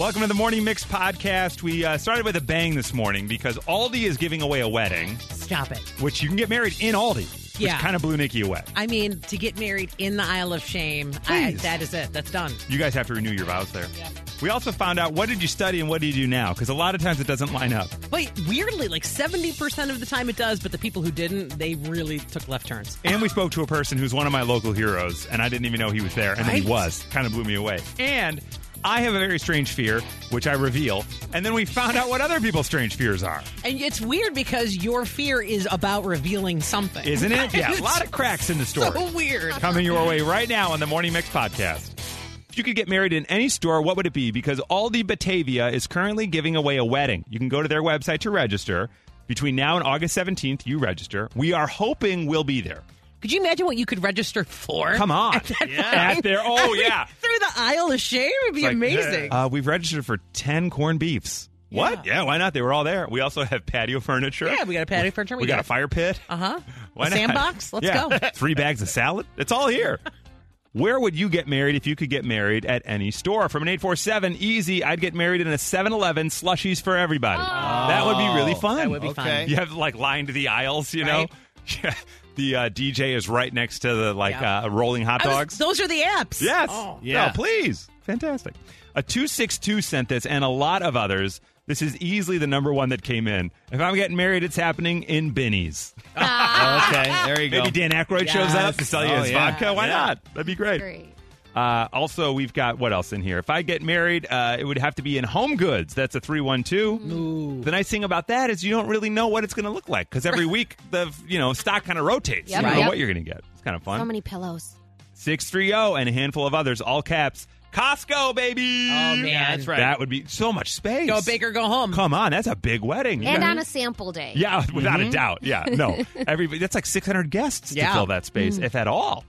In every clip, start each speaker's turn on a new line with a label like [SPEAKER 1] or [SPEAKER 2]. [SPEAKER 1] Welcome to the Morning Mix podcast. We uh, started with a bang this morning because Aldi is giving away a wedding,
[SPEAKER 2] Stop it.
[SPEAKER 1] which you can get married in Aldi. Which
[SPEAKER 2] Yeah.
[SPEAKER 1] kind of blew Nikki away.
[SPEAKER 2] I mean, to get married in the Isle of Shame, I,
[SPEAKER 1] Please.
[SPEAKER 2] that is it. That's done.
[SPEAKER 1] You guys have to renew your vows there.
[SPEAKER 2] Yeah.
[SPEAKER 1] We also found out what did you study and what do you do now? Because a lot of times it doesn't line up.
[SPEAKER 2] But weirdly, like 70% of the time it does, but the people who didn't, they really took left turns.
[SPEAKER 1] And we spoke to a person who's one of my local heroes, and I didn't even know he was there, and then he
[SPEAKER 2] Right.
[SPEAKER 1] was. Kind of blew me away. And I have a very strange fear, which I reveal, and then we found out what other people's strange fears are,
[SPEAKER 2] And it's weird because your fear is about revealing something.
[SPEAKER 1] isn't it? Yeah, a lot of cracks in the story.
[SPEAKER 2] so weird.
[SPEAKER 1] Coming your way right now on the Morning Mix podcast. If you could get married in any store, what would it be? Because Aldi Batavia is currently giving away a wedding. You can go to their website to register. Between now and August 17th, you register. We are hoping we'll be there.
[SPEAKER 2] Could you imagine what you could register for?
[SPEAKER 1] Come on. At their, oh,
[SPEAKER 2] I mean,
[SPEAKER 1] yeah.
[SPEAKER 2] Through the Isle of Shame would be
[SPEAKER 1] Like,
[SPEAKER 2] amazing.
[SPEAKER 1] Uh, we've registered for 10 corned beefs. What? Yeah, why not? They were all there. We also have patio furniture.
[SPEAKER 2] yeah, we got a patio furniture.
[SPEAKER 1] We, got a fire pit.
[SPEAKER 2] Uh huh.
[SPEAKER 1] Why not?
[SPEAKER 2] Sandbox. Let's
[SPEAKER 1] Yeah.
[SPEAKER 2] go.
[SPEAKER 1] Three bags of salad. It's all here. Where would you get married if you could get married at any store? From an 847, easy, I'd get married in a 7 Eleven, slushies for everybody. Oh, That would be really fun.
[SPEAKER 2] Oh. That would be fun.
[SPEAKER 3] Okay.
[SPEAKER 1] You have like lined the aisles, you
[SPEAKER 2] Right.
[SPEAKER 1] know? Yeah. The uh, DJ is right next to the like
[SPEAKER 2] Yeah.
[SPEAKER 1] uh, rolling hot
[SPEAKER 2] I was-
[SPEAKER 1] dogs.
[SPEAKER 2] those are the apps.
[SPEAKER 1] Yes.
[SPEAKER 2] Oh.
[SPEAKER 3] Yeah.
[SPEAKER 1] No, please. Fantastic. A 262 sent this and a lot of others. This is easily the number one that came in. If I'm getting married, it's happening in Binnie's.
[SPEAKER 3] okay, there you go.
[SPEAKER 1] Maybe Dan Aykroyd shows
[SPEAKER 2] Yes.
[SPEAKER 1] up to sell you
[SPEAKER 3] Oh,
[SPEAKER 1] his
[SPEAKER 3] yeah.
[SPEAKER 1] vodka. Why
[SPEAKER 3] Yeah.
[SPEAKER 1] not? That'd be great.
[SPEAKER 4] Great.
[SPEAKER 1] Uh, also, we've got what else in here? If I get married, uh, it would have to be in home goods. That's a
[SPEAKER 4] Mm-hmm.
[SPEAKER 1] 312. The nice thing about that is you don't really know what it's going to look like because every week the you know stock kind of rotates.
[SPEAKER 4] Yep.
[SPEAKER 1] You don't know
[SPEAKER 4] Yep.
[SPEAKER 1] what you're going to get. It's kind of fun.
[SPEAKER 4] So many pillows.
[SPEAKER 1] 630 and a handful of others, all caps. Costco, baby.
[SPEAKER 2] Oh, man.
[SPEAKER 3] Yeah, that's right.
[SPEAKER 1] That would be so much space.
[SPEAKER 2] Go big or go home.
[SPEAKER 1] Come on, that's a big wedding. You
[SPEAKER 4] And
[SPEAKER 1] got-
[SPEAKER 4] on a sample day. Mm-hmm.
[SPEAKER 1] yeah, without a doubt. Yeah, no. Everybody, that's like 600 guests to
[SPEAKER 2] Mm-hmm. Yeah. Mm.
[SPEAKER 1] fill that space, if at all.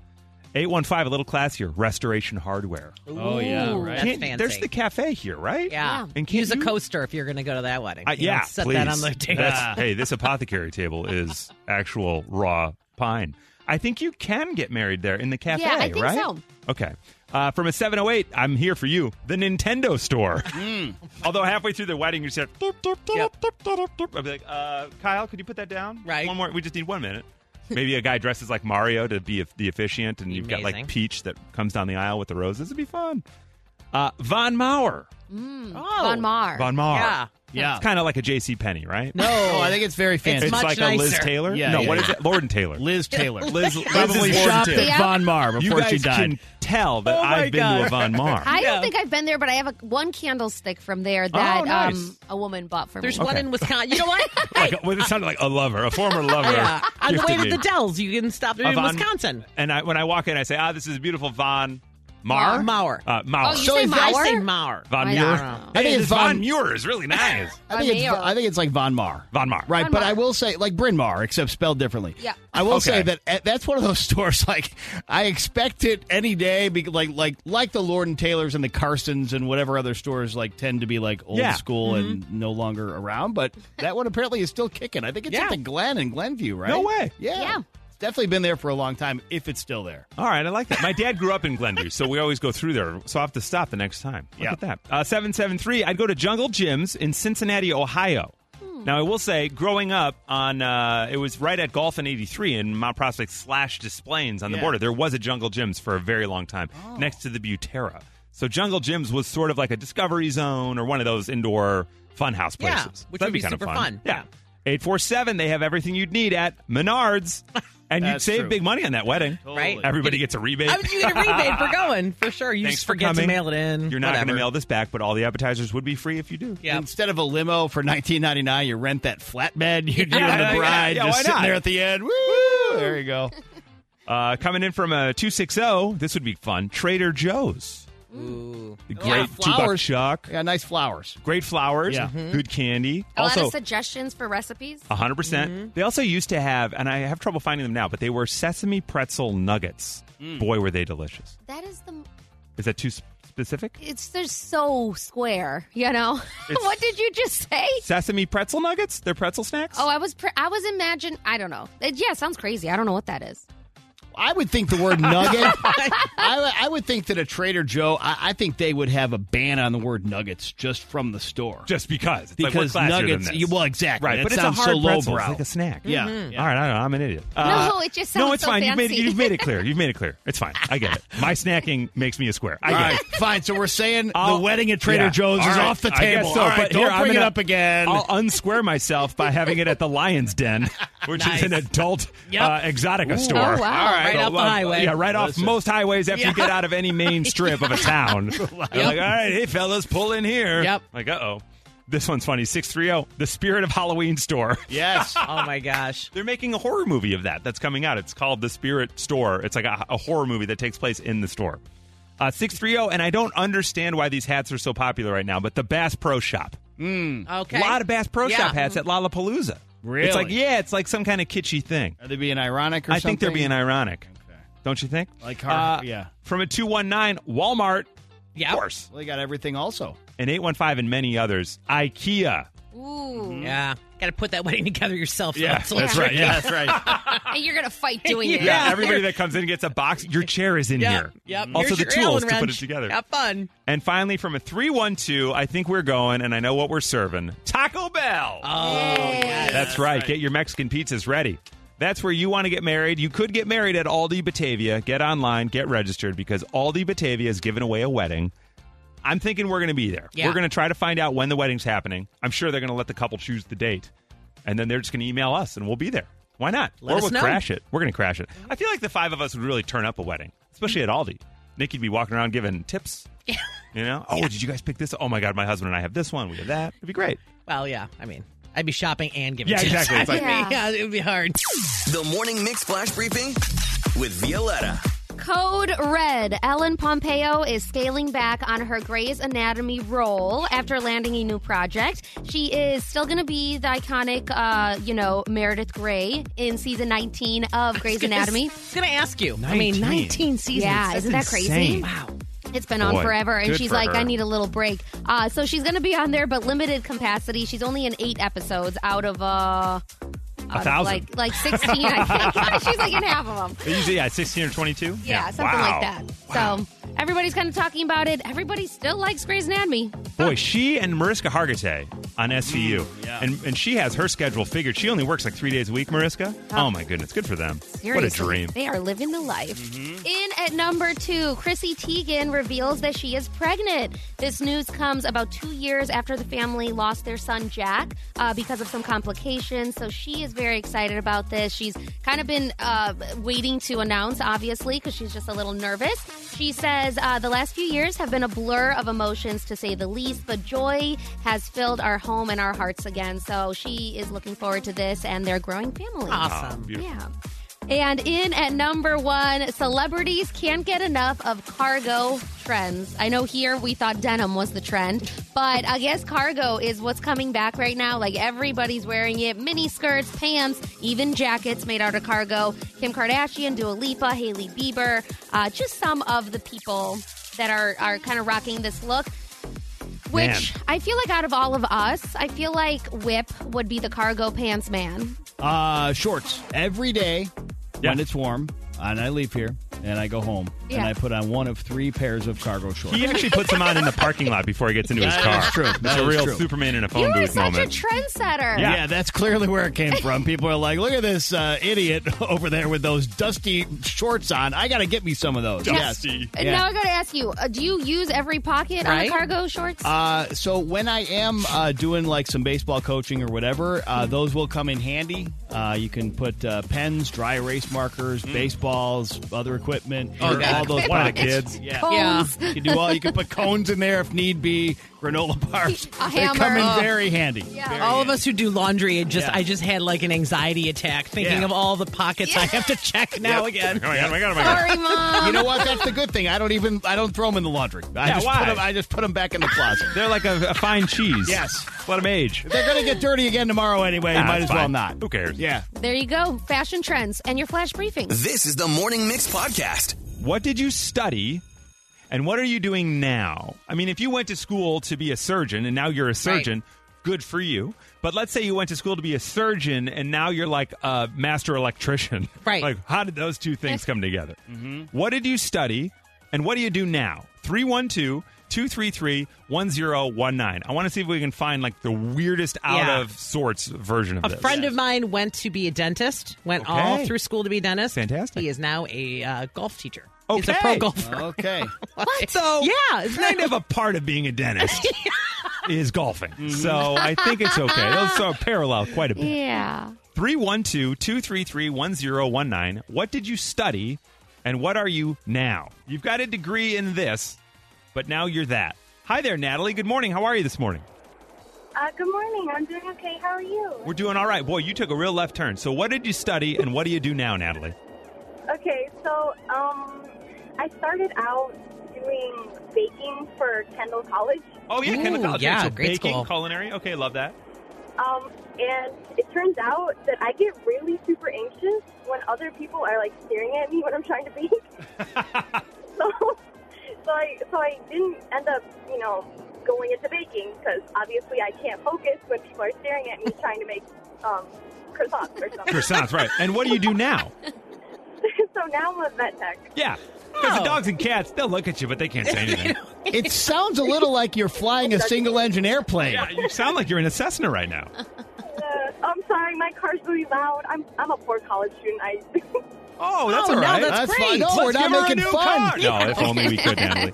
[SPEAKER 1] 815, a little classier, Restoration Hardware.
[SPEAKER 3] Oh, yeah,
[SPEAKER 2] Ooh,
[SPEAKER 3] right.
[SPEAKER 2] That's
[SPEAKER 1] Can't-
[SPEAKER 2] fancy.
[SPEAKER 1] There's the cafe here, right?
[SPEAKER 2] yeah.
[SPEAKER 4] Yeah.
[SPEAKER 1] And can't
[SPEAKER 2] Use a
[SPEAKER 1] you-
[SPEAKER 2] coaster if you're going to go to that wedding.
[SPEAKER 1] I-
[SPEAKER 2] You know,
[SPEAKER 1] yeah,
[SPEAKER 2] set
[SPEAKER 1] please.
[SPEAKER 2] that on the table.
[SPEAKER 1] That's- hey, this apothecary table is actual raw pine. I think you can get married there in the cafe,
[SPEAKER 4] Yeah, I think
[SPEAKER 1] right?
[SPEAKER 4] so.
[SPEAKER 1] Okay. Uh, from a 708, I'm here for you. The Nintendo store.
[SPEAKER 3] Hmm.
[SPEAKER 1] Although halfway through the wedding, you said, "Doop, doop, doop,
[SPEAKER 2] Yep.
[SPEAKER 1] doop, doop, doop." I'd be like, uh, Kyle, could you put that down?
[SPEAKER 2] Right.
[SPEAKER 1] One more. We just need one minute. Maybe a guy dresses like Mario to be the officiant, and you've got like
[SPEAKER 2] Amazing.
[SPEAKER 1] Peach that comes down the aisle with the roses. It'd be fun. Uh, Von Mauer.
[SPEAKER 2] Oh.
[SPEAKER 4] Von Mar.
[SPEAKER 1] Von Mauer.
[SPEAKER 2] Yeah.
[SPEAKER 3] yeah.
[SPEAKER 1] It's kind of like a JC Penney, right?
[SPEAKER 2] No.
[SPEAKER 3] oh, I think it's very fancy.
[SPEAKER 1] it's
[SPEAKER 2] much
[SPEAKER 1] like a Liz
[SPEAKER 2] nicer.
[SPEAKER 1] Taylor.
[SPEAKER 3] Yeah,
[SPEAKER 1] no,
[SPEAKER 3] yeah,
[SPEAKER 1] what is
[SPEAKER 3] yeah.
[SPEAKER 1] it? Lauren Taylor.
[SPEAKER 3] Liz Taylor.
[SPEAKER 1] Liz,
[SPEAKER 3] probably shopped
[SPEAKER 1] Taylor.
[SPEAKER 4] Yeah.
[SPEAKER 3] at Von Mar before
[SPEAKER 1] you guys
[SPEAKER 3] she died.
[SPEAKER 1] can tell that
[SPEAKER 2] Oh my
[SPEAKER 1] I've been to a
[SPEAKER 2] God.
[SPEAKER 1] Von Mar. Oh,
[SPEAKER 4] I
[SPEAKER 2] Yeah.
[SPEAKER 4] don't think I've been there, but I have a, one candlestick from there that
[SPEAKER 1] nice.
[SPEAKER 4] um, a woman bought for
[SPEAKER 2] There's
[SPEAKER 4] me.
[SPEAKER 2] one
[SPEAKER 1] Okay.
[SPEAKER 2] in Wisconsin. You know what?
[SPEAKER 1] like, well, it sounded like a lover, a former lover.
[SPEAKER 2] Oh, yeah. On the way
[SPEAKER 1] gifted
[SPEAKER 2] to
[SPEAKER 1] me.
[SPEAKER 2] the Dells, you can stop in
[SPEAKER 1] A Von-
[SPEAKER 2] Wisconsin.
[SPEAKER 1] And I, when I walk in, I say, "Ah, this is beautiful Von Mar,
[SPEAKER 2] Mauer.
[SPEAKER 1] uh, Mauer,
[SPEAKER 4] Oh, you
[SPEAKER 3] So
[SPEAKER 4] say
[SPEAKER 3] is
[SPEAKER 4] Mauer?
[SPEAKER 3] that-
[SPEAKER 2] I say Mauer.
[SPEAKER 1] Von
[SPEAKER 4] I
[SPEAKER 1] Muir."
[SPEAKER 4] don't know.
[SPEAKER 1] Hey,
[SPEAKER 3] I think
[SPEAKER 1] this
[SPEAKER 3] it's Von-
[SPEAKER 1] Von Muir is really nice.
[SPEAKER 3] I think, it's,
[SPEAKER 4] Mayo.
[SPEAKER 3] I think it's like Von Mar.
[SPEAKER 1] Von Mar,
[SPEAKER 3] Right,
[SPEAKER 4] Von
[SPEAKER 3] but
[SPEAKER 4] Mar.
[SPEAKER 3] I will say, like Bryn Mawr, except spelled differently.
[SPEAKER 4] Yeah.
[SPEAKER 3] I will
[SPEAKER 1] Okay.
[SPEAKER 3] say that eh, that's one of those stores. Like, I expect it any day, be- like like like the Lord and Taylors and the Carsons and whatever other stores like tend to be like old
[SPEAKER 1] Yeah.
[SPEAKER 3] school and
[SPEAKER 4] Mm-hmm.
[SPEAKER 3] no longer around. But that one apparently is still kicking. I think it's
[SPEAKER 2] Yeah.
[SPEAKER 3] at the Glen in Glenview, right?
[SPEAKER 1] No way.
[SPEAKER 3] Yeah.
[SPEAKER 4] Yeah.
[SPEAKER 3] It's definitely been there for a long time. If it's still there,
[SPEAKER 1] All right, I like that. My dad grew up in Glenview, so we always go through there. So I have to stop the next time. Look
[SPEAKER 3] Yeah.
[SPEAKER 1] at that. Uh, 773, I'd go to Jungle Gyms in Cincinnati, Ohio.
[SPEAKER 2] Hmm.
[SPEAKER 1] Now, I will say, growing up on, uh, it was right at Golf and 83 in Mount Prospect slash Displains on the
[SPEAKER 3] Yeah. Oh.
[SPEAKER 1] border. There was a Jungle Gyms for a very long time next to the Butera. So Jungle Gyms was sort of like a discovery zone or one of those indoor funhouse
[SPEAKER 2] Yeah,
[SPEAKER 1] places.
[SPEAKER 2] which
[SPEAKER 1] That'd
[SPEAKER 2] would
[SPEAKER 1] be
[SPEAKER 2] be
[SPEAKER 1] kind
[SPEAKER 2] super
[SPEAKER 1] of fun.
[SPEAKER 2] fun.
[SPEAKER 1] Yeah.
[SPEAKER 2] Yeah.
[SPEAKER 1] 847, they have everything you'd need at Menards. And you'd
[SPEAKER 3] That's
[SPEAKER 1] save
[SPEAKER 3] true.
[SPEAKER 1] big money on that wedding.
[SPEAKER 2] Right?
[SPEAKER 1] Everybody gets a rebate.
[SPEAKER 2] I mean, you get a rebate for going, for sure. You
[SPEAKER 1] Thanks
[SPEAKER 2] just
[SPEAKER 1] for
[SPEAKER 2] forget
[SPEAKER 1] coming.
[SPEAKER 2] to mail it in.
[SPEAKER 1] You're not going to
[SPEAKER 2] whatever.
[SPEAKER 1] mail this back, but all the appetizers would be free if you do.
[SPEAKER 2] Yeah.
[SPEAKER 3] Instead of a limo for 19.99, you rent that flatbed you do
[SPEAKER 1] Yeah,
[SPEAKER 3] and
[SPEAKER 1] yeah,
[SPEAKER 3] the bride
[SPEAKER 1] yeah, why
[SPEAKER 3] just sitting
[SPEAKER 1] not?
[SPEAKER 3] there at the end. Woo! There you go.
[SPEAKER 1] Uh, coming in from a 260, this would be fun. Trader Joe's.
[SPEAKER 2] Ooh.
[SPEAKER 1] Great
[SPEAKER 3] Yeah,
[SPEAKER 1] two-buck
[SPEAKER 3] flowers.
[SPEAKER 1] chuck.
[SPEAKER 3] I got nice flowers.
[SPEAKER 1] Great flowers.
[SPEAKER 3] Yeah.
[SPEAKER 2] Mm-hmm.
[SPEAKER 1] Good candy.
[SPEAKER 4] A lot
[SPEAKER 1] also, Uh,
[SPEAKER 4] of suggestions for recipes.
[SPEAKER 1] 100%. percent
[SPEAKER 2] Mm-hmm.
[SPEAKER 1] They also used to have, and I have trouble finding them now, but they were sesame pretzel nuggets.
[SPEAKER 3] Mm.
[SPEAKER 1] Boy, were they delicious.
[SPEAKER 4] That is the.
[SPEAKER 1] Is that too s- specific?
[SPEAKER 4] It's they're so square. You know.
[SPEAKER 1] It's-
[SPEAKER 4] what did you just say?
[SPEAKER 1] Sesame pretzel nuggets? They're pretzel snacks?
[SPEAKER 4] Oh, I was pre- I was imagine. I don't know. It, yeah, sounds crazy. I don't know what that is.
[SPEAKER 3] I would think the word nugget. I, I would think that a Trader Joe. I, I think they would have a ban on the word nuggets just from the store.
[SPEAKER 1] just because. It's
[SPEAKER 3] because
[SPEAKER 1] like, we're classier
[SPEAKER 3] nuggets.
[SPEAKER 1] Than this.
[SPEAKER 3] you- well, exactly.
[SPEAKER 1] right,
[SPEAKER 3] That
[SPEAKER 1] but it's a
[SPEAKER 3] sounds
[SPEAKER 1] hard
[SPEAKER 3] so
[SPEAKER 1] pretzel.
[SPEAKER 3] lowbrow.
[SPEAKER 1] It's like a snack.
[SPEAKER 3] Yeah. yeah.
[SPEAKER 1] Mm-hmm. All right, I don't know. I'm an idiot. Uh,
[SPEAKER 4] No, it just
[SPEAKER 1] no,
[SPEAKER 4] sounds
[SPEAKER 1] it's
[SPEAKER 4] so
[SPEAKER 1] fine. You've made,
[SPEAKER 4] fancy.
[SPEAKER 1] it, you've made it clear. You've made it clear. It's fine. I get it. My snacking makes me a square. I
[SPEAKER 3] All
[SPEAKER 1] get
[SPEAKER 3] right,
[SPEAKER 1] it.
[SPEAKER 3] fine. So we're saying
[SPEAKER 1] I'll-
[SPEAKER 3] the wedding at Trader
[SPEAKER 1] yeah.
[SPEAKER 3] Joe's
[SPEAKER 1] All
[SPEAKER 3] is
[SPEAKER 1] right,
[SPEAKER 3] off the
[SPEAKER 1] I guess
[SPEAKER 3] table.
[SPEAKER 1] so,
[SPEAKER 3] All right,
[SPEAKER 1] but
[SPEAKER 3] don't
[SPEAKER 1] here, I'm
[SPEAKER 3] bring
[SPEAKER 1] gonna-
[SPEAKER 3] it up again.
[SPEAKER 1] I'll unsquare myself by having it at the Lion's Den, which is an adult
[SPEAKER 2] Yep.
[SPEAKER 1] uh, Exotica store.
[SPEAKER 4] Oh, wow. All
[SPEAKER 2] right. Right off the highway.
[SPEAKER 1] Yeah, right off most highways after you get out of any main strip of a town. You're like, all right, hey, fellas, pull in here.
[SPEAKER 2] Yep.
[SPEAKER 1] Like, uh-oh. This one's funny. 630, The Spirit of Halloween Store.
[SPEAKER 3] yes.
[SPEAKER 2] Oh my gosh.
[SPEAKER 1] They're making a horror movie of that that's coming out. It's called The Spirit Store. It's like a, a horror movie that takes place in the store. Uh, 630, and I don't understand why these hats are so popular right now, but the Bass Pro Shop.
[SPEAKER 2] Okay.
[SPEAKER 1] A lot of Bass Pro
[SPEAKER 2] Yeah.
[SPEAKER 1] Shop hats at Lollapalooza.
[SPEAKER 3] Really?
[SPEAKER 1] It's like, yeah, it's like some kind of kitschy thing.
[SPEAKER 3] Are they being ironic or
[SPEAKER 1] I think they're
[SPEAKER 3] something?
[SPEAKER 1] being ironic. Don't you think?
[SPEAKER 3] Like har-
[SPEAKER 1] Uh,
[SPEAKER 3] yeah.
[SPEAKER 1] From a 219, Walmart,
[SPEAKER 2] yeah.
[SPEAKER 1] of course,
[SPEAKER 3] Well, they got everything also.
[SPEAKER 1] an 815, and many others. IKEA.
[SPEAKER 4] Ooh.
[SPEAKER 2] Yeah. Got to put that wedding together yourself.
[SPEAKER 1] Yeah,
[SPEAKER 2] It's a
[SPEAKER 1] that's
[SPEAKER 2] little
[SPEAKER 1] right. Yeah.
[SPEAKER 3] That's right.
[SPEAKER 4] And you're going to fight doing it.
[SPEAKER 1] Yeah, everybody that comes in gets a box. Your chair is in
[SPEAKER 2] Yep,
[SPEAKER 1] here.
[SPEAKER 2] yep.
[SPEAKER 1] Also,
[SPEAKER 2] Here's
[SPEAKER 1] the
[SPEAKER 2] your
[SPEAKER 1] tools
[SPEAKER 2] Allen
[SPEAKER 1] to put it
[SPEAKER 2] wrench.
[SPEAKER 1] together.
[SPEAKER 2] Have fun.
[SPEAKER 1] And finally, from a 312, I think we're going, and I know what we're serving Taco Bell.
[SPEAKER 3] Oh,
[SPEAKER 1] That's right. Get your Mexican pizzas ready. That's where you want to get married. You could get married at Aldi Batavia. Get online, get registered because Aldi Batavia is giving away a wedding. I'm thinking we're going to be there.
[SPEAKER 2] Yeah.
[SPEAKER 1] We're going to try to find out when the wedding's happening. I'm sure they're going to let the couple choose the date. And then they're just going to email us and we'll be there. Why not?
[SPEAKER 2] Let
[SPEAKER 1] or
[SPEAKER 2] us
[SPEAKER 1] we'll
[SPEAKER 2] know.
[SPEAKER 1] crash it. We're going to crash it. I feel like the five of us would really turn up a wedding, especially at Aldi. Nikki'd be walking around giving tips. Yeah. You know? Oh, did you guys pick this? Oh my God, my husband and I have this one. We have that. It'd be great.
[SPEAKER 2] Well, yeah. I mean, I'd be shopping and giving
[SPEAKER 1] Yeah,
[SPEAKER 2] tips.
[SPEAKER 1] exactly. It's
[SPEAKER 2] I
[SPEAKER 1] like-
[SPEAKER 2] mean, yeah, it would be hard.
[SPEAKER 5] The Morning Mix Flash Briefing with Violetta.
[SPEAKER 4] Code Red. Ellen Pompeo is scaling back on her Grey's Anatomy role after landing a new project. She is still going to be the iconic, uh, you know, Meredith Grey in season 19 of Grey's Anatomy.
[SPEAKER 2] It's going to ask you. I mean, 19 seasons.
[SPEAKER 4] Yeah,
[SPEAKER 2] That's
[SPEAKER 4] isn't that crazy?
[SPEAKER 1] insane.
[SPEAKER 2] Wow.
[SPEAKER 4] It's been on
[SPEAKER 1] Boy,
[SPEAKER 4] forever, and
[SPEAKER 1] good
[SPEAKER 4] she's
[SPEAKER 1] for
[SPEAKER 4] like,
[SPEAKER 1] her.
[SPEAKER 4] I need a little break. Uh, so she's going to be on there, but limited capacity. She's only in eight episodes out of. Uh, out of,
[SPEAKER 1] thousand.
[SPEAKER 4] like like sixteen, I think. She's like in half of them.
[SPEAKER 1] Usually, yeah, 16 or 22?
[SPEAKER 4] Yeah, something like that. So everybody's kind of talking about it. Everybody still likes Grey's Anatomy.
[SPEAKER 1] Boy, she and Mariska Hargitay on SVU.
[SPEAKER 3] Mm, yeah.
[SPEAKER 1] and, and she has her schedule figured. She only works like three days a week, Mariska. Oh, my goodness. Good for them. What a
[SPEAKER 4] Seriously,
[SPEAKER 1] dream. Mm-hmm.
[SPEAKER 4] They are living the life. In at number two, Chrissy Teigen reveals that she is pregnant. This news comes about two years after the family lost their son Jack uh, because of some complications. So she is very excited about this. She's kind of been uh, waiting to announce, obviously, because she's just a little nervous. She says uh, the last few years have been a blur of emotions, to say the least, but joy has filled our home and our hearts again. So she is looking forward to this and their growing family.
[SPEAKER 2] Awesome.
[SPEAKER 1] Beautiful.
[SPEAKER 4] Yeah. And in at number one, celebrities can't get enough of cargo trends. I know here we thought denim was the trend, but I guess cargo is what's coming back right now. Like everybody's wearing it mini skirts, pants, even jackets made out of cargo. Kim Kardashian, Dua Lipa, Hailey Bieber, uh, just some of the people that are, are kind of rocking this look. Which
[SPEAKER 1] Man.
[SPEAKER 4] I feel like out of all of us, I feel like Whip would be the cargo pants man.
[SPEAKER 3] Uh, shorts every day
[SPEAKER 1] Yeah.
[SPEAKER 3] when it's warm, and I leave here and I go home and
[SPEAKER 4] Yeah.
[SPEAKER 3] I put on one of three pairs of cargo shorts.
[SPEAKER 1] He actually puts them on in the parking lot before he gets into his
[SPEAKER 3] That
[SPEAKER 1] car.
[SPEAKER 3] is true.
[SPEAKER 1] That's
[SPEAKER 3] That
[SPEAKER 1] a
[SPEAKER 3] is
[SPEAKER 1] real
[SPEAKER 3] true.
[SPEAKER 1] Superman in a phone
[SPEAKER 4] You are
[SPEAKER 1] booth
[SPEAKER 4] such
[SPEAKER 1] moment.
[SPEAKER 4] a trendsetter.
[SPEAKER 1] Yeah.
[SPEAKER 3] Yeah. that's clearly where it came from. People are like, "Look at this uh, idiot over there with those dusty shorts on. I got to get me some of those." Yes.
[SPEAKER 1] Dusty.
[SPEAKER 4] And
[SPEAKER 3] Yeah.
[SPEAKER 4] Now I got to ask you: uh, Do you use every pocket on
[SPEAKER 2] Right?
[SPEAKER 4] a cargo shorts?
[SPEAKER 3] Uh, so when I am uh, doing like some baseball coaching or whatever,
[SPEAKER 1] Hmm.
[SPEAKER 3] uh, those will come in handy. Uh, you can put uh, pens, dry erase markers,
[SPEAKER 1] Hmm.
[SPEAKER 3] baseballs, other equipment,
[SPEAKER 2] Oh,
[SPEAKER 3] or
[SPEAKER 2] yeah.
[SPEAKER 3] all those
[SPEAKER 1] One of the
[SPEAKER 3] pockets.
[SPEAKER 1] kids.
[SPEAKER 3] Yeah.
[SPEAKER 4] Cones.
[SPEAKER 3] You can do all. You can put cones in there if need be. Granola bars.
[SPEAKER 4] A
[SPEAKER 3] they come
[SPEAKER 4] hammer.
[SPEAKER 3] in
[SPEAKER 4] Oh.
[SPEAKER 3] very handy.
[SPEAKER 4] Yeah.
[SPEAKER 2] All of us who do laundry, it just
[SPEAKER 3] Yeah.
[SPEAKER 2] I just had like an anxiety attack thinking
[SPEAKER 3] Yeah.
[SPEAKER 2] of all the pockets I have to check now
[SPEAKER 1] Oh,
[SPEAKER 2] again.
[SPEAKER 1] my God, oh, my God, oh, my God.
[SPEAKER 4] Sorry, mom.
[SPEAKER 3] You know what? That's the good thing. I don't even. I don't throw them in the laundry. I
[SPEAKER 1] Yeah,
[SPEAKER 3] just
[SPEAKER 1] why?
[SPEAKER 3] Put 'em- I just put them back in the closet.
[SPEAKER 1] They're like a, a fine cheese.
[SPEAKER 3] Yes.
[SPEAKER 1] Let them age.
[SPEAKER 3] They're gonna get dirty again tomorrow anyway.
[SPEAKER 1] Nah,
[SPEAKER 3] you might
[SPEAKER 1] it's
[SPEAKER 3] as well
[SPEAKER 1] fine.
[SPEAKER 3] not.
[SPEAKER 1] Who cares?
[SPEAKER 3] Yeah.
[SPEAKER 4] there you go. Fashion trends and your flash briefing.
[SPEAKER 5] This is the Morning Mix Podcast.
[SPEAKER 1] What did you study? And what are you doing now? I mean, if you went to school to be a surgeon and now you're a surgeon, good for you. But let's say you went to school to be a surgeon and now you're like a master electrician.
[SPEAKER 2] Right.
[SPEAKER 1] like, how did those two things come together? Mm-hmm. What did you study and what do you do now? 312 233 1019. I want to see if we can find like the weirdest out
[SPEAKER 2] Yeah.
[SPEAKER 1] of sorts version of
[SPEAKER 2] A
[SPEAKER 1] this.
[SPEAKER 2] friend of mine went to be a dentist, went
[SPEAKER 1] Okay.
[SPEAKER 2] all through school to be a dentist.
[SPEAKER 1] Fantastic.
[SPEAKER 2] He is now a uh, golf teacher. He's a
[SPEAKER 1] Okay.
[SPEAKER 2] pro golfer.
[SPEAKER 3] Okay.
[SPEAKER 1] What? So
[SPEAKER 2] Yeah, isn't that-
[SPEAKER 1] kind of a part of being a dentist is golfing. So I think it's okay. Those are parallel quite a bit.
[SPEAKER 4] Yeah.
[SPEAKER 1] 312 233 1019. What did you study and what are you now? You've got a degree in this, but now you're that. Hi there, Natalie. Good morning. How are you this morning?
[SPEAKER 6] Uh, good morning. I'm doing okay. How are you?
[SPEAKER 1] We're doing all right. Boy, you took a real left turn. So, what did you study and what do you do now, Natalie?
[SPEAKER 6] Okay, so um, I started out doing baking for Kendall College,
[SPEAKER 1] Oh, yeah,
[SPEAKER 2] Ooh,
[SPEAKER 1] Kendall College.
[SPEAKER 2] yeah,
[SPEAKER 1] so
[SPEAKER 2] great
[SPEAKER 1] baking,
[SPEAKER 2] school.
[SPEAKER 1] culinary. Okay, love that.
[SPEAKER 6] um, and it turns out that I get really super anxious when other people are like staring at me when I'm trying to bake. so, so I so I didn't end up, you know, going into baking because obviously I can't focus when people are staring at me trying to make um, croissants or something.
[SPEAKER 1] Croissants, right. And what do you do now?
[SPEAKER 6] so now I'm a vet tech.
[SPEAKER 1] Yeah. Because
[SPEAKER 2] Oh.
[SPEAKER 1] the dogs and cats, they'll look at you, but they can't say anything.
[SPEAKER 3] It sounds a little like you're flying a single engine airplane.
[SPEAKER 1] yeah, you sound like you're in a Cessna right now.
[SPEAKER 6] Uh, I'm sorry, my car's really loud. I'm I'm a poor college student. I
[SPEAKER 1] Oh, that's
[SPEAKER 2] Oh,
[SPEAKER 1] all
[SPEAKER 2] no,
[SPEAKER 1] right.
[SPEAKER 2] that's-
[SPEAKER 3] That's
[SPEAKER 2] great.
[SPEAKER 3] fine. No,
[SPEAKER 1] Let's
[SPEAKER 3] we're not
[SPEAKER 1] give her a
[SPEAKER 3] making
[SPEAKER 1] new
[SPEAKER 3] fun.
[SPEAKER 1] car. No, if only we could, Natalie.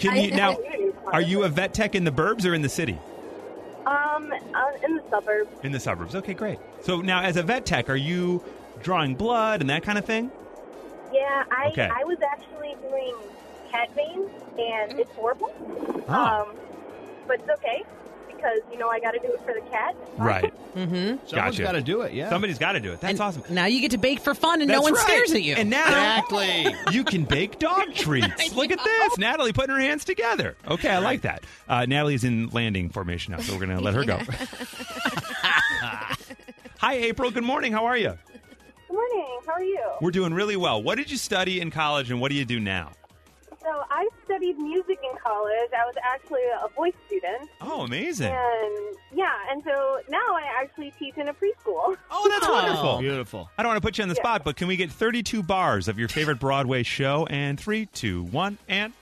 [SPEAKER 1] Can you now? Are you a vet tech in the burbs or in the city?
[SPEAKER 6] um uh, in the suburbs?
[SPEAKER 1] In the suburbs. Okay, great. So now, as a vet tech, are you drawing blood and that kind of thing?
[SPEAKER 6] Yeah, I
[SPEAKER 1] Okay.
[SPEAKER 6] I was actually doing cat veins, and
[SPEAKER 3] Mm.
[SPEAKER 6] it's horrible.
[SPEAKER 1] Ah.
[SPEAKER 6] Um, but it's okay because you know I got to do it for the cat.
[SPEAKER 1] Right.
[SPEAKER 3] Someone's
[SPEAKER 1] Gotcha.
[SPEAKER 3] got to do it. Yeah.
[SPEAKER 1] Somebody's got to do it. That's
[SPEAKER 2] Mm-hmm. And
[SPEAKER 1] awesome.
[SPEAKER 2] Now you get to bake for fun and no
[SPEAKER 1] That's
[SPEAKER 2] one
[SPEAKER 1] right.
[SPEAKER 2] stares at you.
[SPEAKER 1] And now
[SPEAKER 3] Exactly.
[SPEAKER 1] you can bake dog treats. Look at this. Natalie putting her hands together. Okay, I like that. Uh, Natalie's in landing formation now, so we're going to let her go. Hi, April. Good morning. How are you?
[SPEAKER 6] Good morning. How are you?
[SPEAKER 1] We're doing really well. What did you study in college and what do you do now?
[SPEAKER 6] So I studied music in college. I was actually a voice student,
[SPEAKER 1] Oh, amazing.
[SPEAKER 6] and yeah, and so now I actually teach in a preschool.
[SPEAKER 1] Oh, that's wonderful.
[SPEAKER 3] Beautiful.
[SPEAKER 1] I don't want to put you on the spot, but can we get 32 bars of your favorite Broadway show? And three, two, one, and.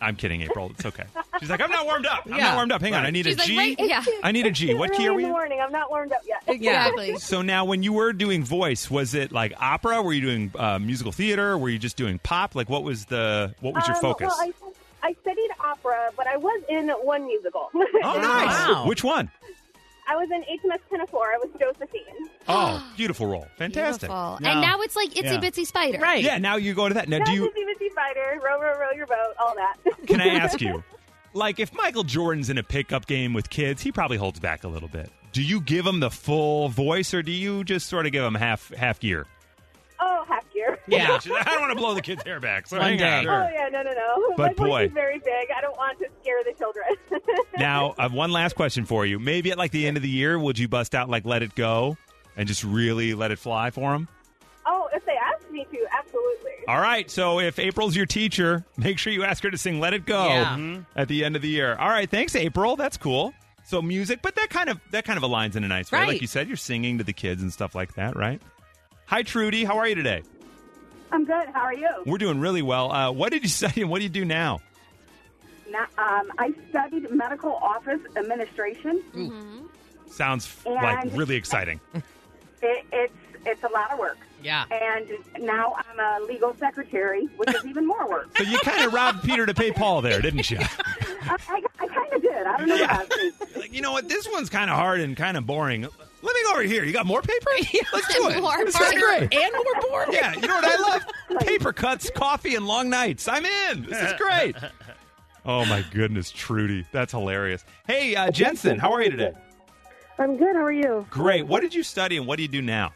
[SPEAKER 1] I'm kidding, April. It's okay. She's like, I'm not warmed up. I'm
[SPEAKER 2] Yeah.
[SPEAKER 1] not warmed up. Hang on. I need
[SPEAKER 4] She's
[SPEAKER 1] a
[SPEAKER 4] like,
[SPEAKER 1] G. I
[SPEAKER 4] right- yeah.
[SPEAKER 1] need a G.
[SPEAKER 6] It's
[SPEAKER 1] What
[SPEAKER 6] early
[SPEAKER 1] key are we
[SPEAKER 6] In
[SPEAKER 1] in?
[SPEAKER 6] the morning. I'm not warmed up yet.
[SPEAKER 2] yeah.
[SPEAKER 4] Exactly.
[SPEAKER 1] So now, when you were doing voice, was it like opera? Were you doing uh, musical theater? Were you just doing pop? Like, what was the what was your
[SPEAKER 6] Um,
[SPEAKER 1] focus?
[SPEAKER 6] Well, I, I studied opera, but I was in one musical.
[SPEAKER 1] oh, nice!
[SPEAKER 2] Wow.
[SPEAKER 1] Which one?
[SPEAKER 6] I was in HMS Pinafore. I was Josephine.
[SPEAKER 1] Oh, beautiful role, fantastic!
[SPEAKER 4] Beautiful.
[SPEAKER 3] No.
[SPEAKER 4] And now it's like itsy
[SPEAKER 3] Yeah.
[SPEAKER 4] bitsy spider.
[SPEAKER 2] Right.
[SPEAKER 1] Yeah, now you go to that. Now, do you?
[SPEAKER 6] Josie Missy Fighter, row, row, row your boat, all that.
[SPEAKER 1] Can I ask you, like, if Michael Jordan's in a pickup game with kids, he probably holds back a little bit. Do you give him the full voice, or do you just sort of give him half half gear?
[SPEAKER 6] oh, half year.
[SPEAKER 2] Yeah.
[SPEAKER 1] I don't want to blow the kid's hair back. So
[SPEAKER 2] One
[SPEAKER 1] hang on.
[SPEAKER 2] day.
[SPEAKER 6] Oh yeah, no, no, no.
[SPEAKER 1] But
[SPEAKER 6] My
[SPEAKER 1] boy.
[SPEAKER 6] voice is very big. I don't want to scare the children.
[SPEAKER 1] Now, I have one last question for you. Maybe at like the end of the year, would you bust out like "Let It Go" and just really let it fly for them?
[SPEAKER 6] oh, if they ask me to, absolutely.
[SPEAKER 1] All right. So if April's your teacher, make sure you ask her to sing "Let It Go"
[SPEAKER 2] Yeah.
[SPEAKER 1] at the end of the year. All right. Thanks, April. That's cool. So music, but that kind of that kind of aligns in a nice way.
[SPEAKER 2] Right.
[SPEAKER 1] Like you said, you're singing to the kids and stuff like that, right? Hi, Trudy. How are you today?
[SPEAKER 6] I'm good. How are you?
[SPEAKER 1] We're doing really well. Uh, what did you study and what do you do now?
[SPEAKER 6] um, I studied medical office administration.
[SPEAKER 1] Sounds f-
[SPEAKER 6] And-
[SPEAKER 1] like really exciting.
[SPEAKER 6] It, it's it's a lot of work.
[SPEAKER 2] Yeah.
[SPEAKER 6] And now I'm a legal secretary, which is even more work.
[SPEAKER 1] So you kind of robbed Peter to pay Paul there, didn't you?
[SPEAKER 6] I, I, I kind of did. I don't know
[SPEAKER 1] Yeah.
[SPEAKER 6] about you.
[SPEAKER 1] like, you know what? This one's kind of hard and kind of boring. Let me go over here. You got more paper? Let's do it.
[SPEAKER 4] More
[SPEAKER 1] This is
[SPEAKER 4] paper.
[SPEAKER 1] great.
[SPEAKER 2] And we're bored.
[SPEAKER 1] Yeah, you know what I love? Paper cuts, coffee, and long nights. I'm in. This is great. Oh my goodness, Trudy, that's hilarious. Hey, uh, Jensen, how are you today?
[SPEAKER 7] I'm good. How are you?
[SPEAKER 1] Great. What did you study and what do you do now?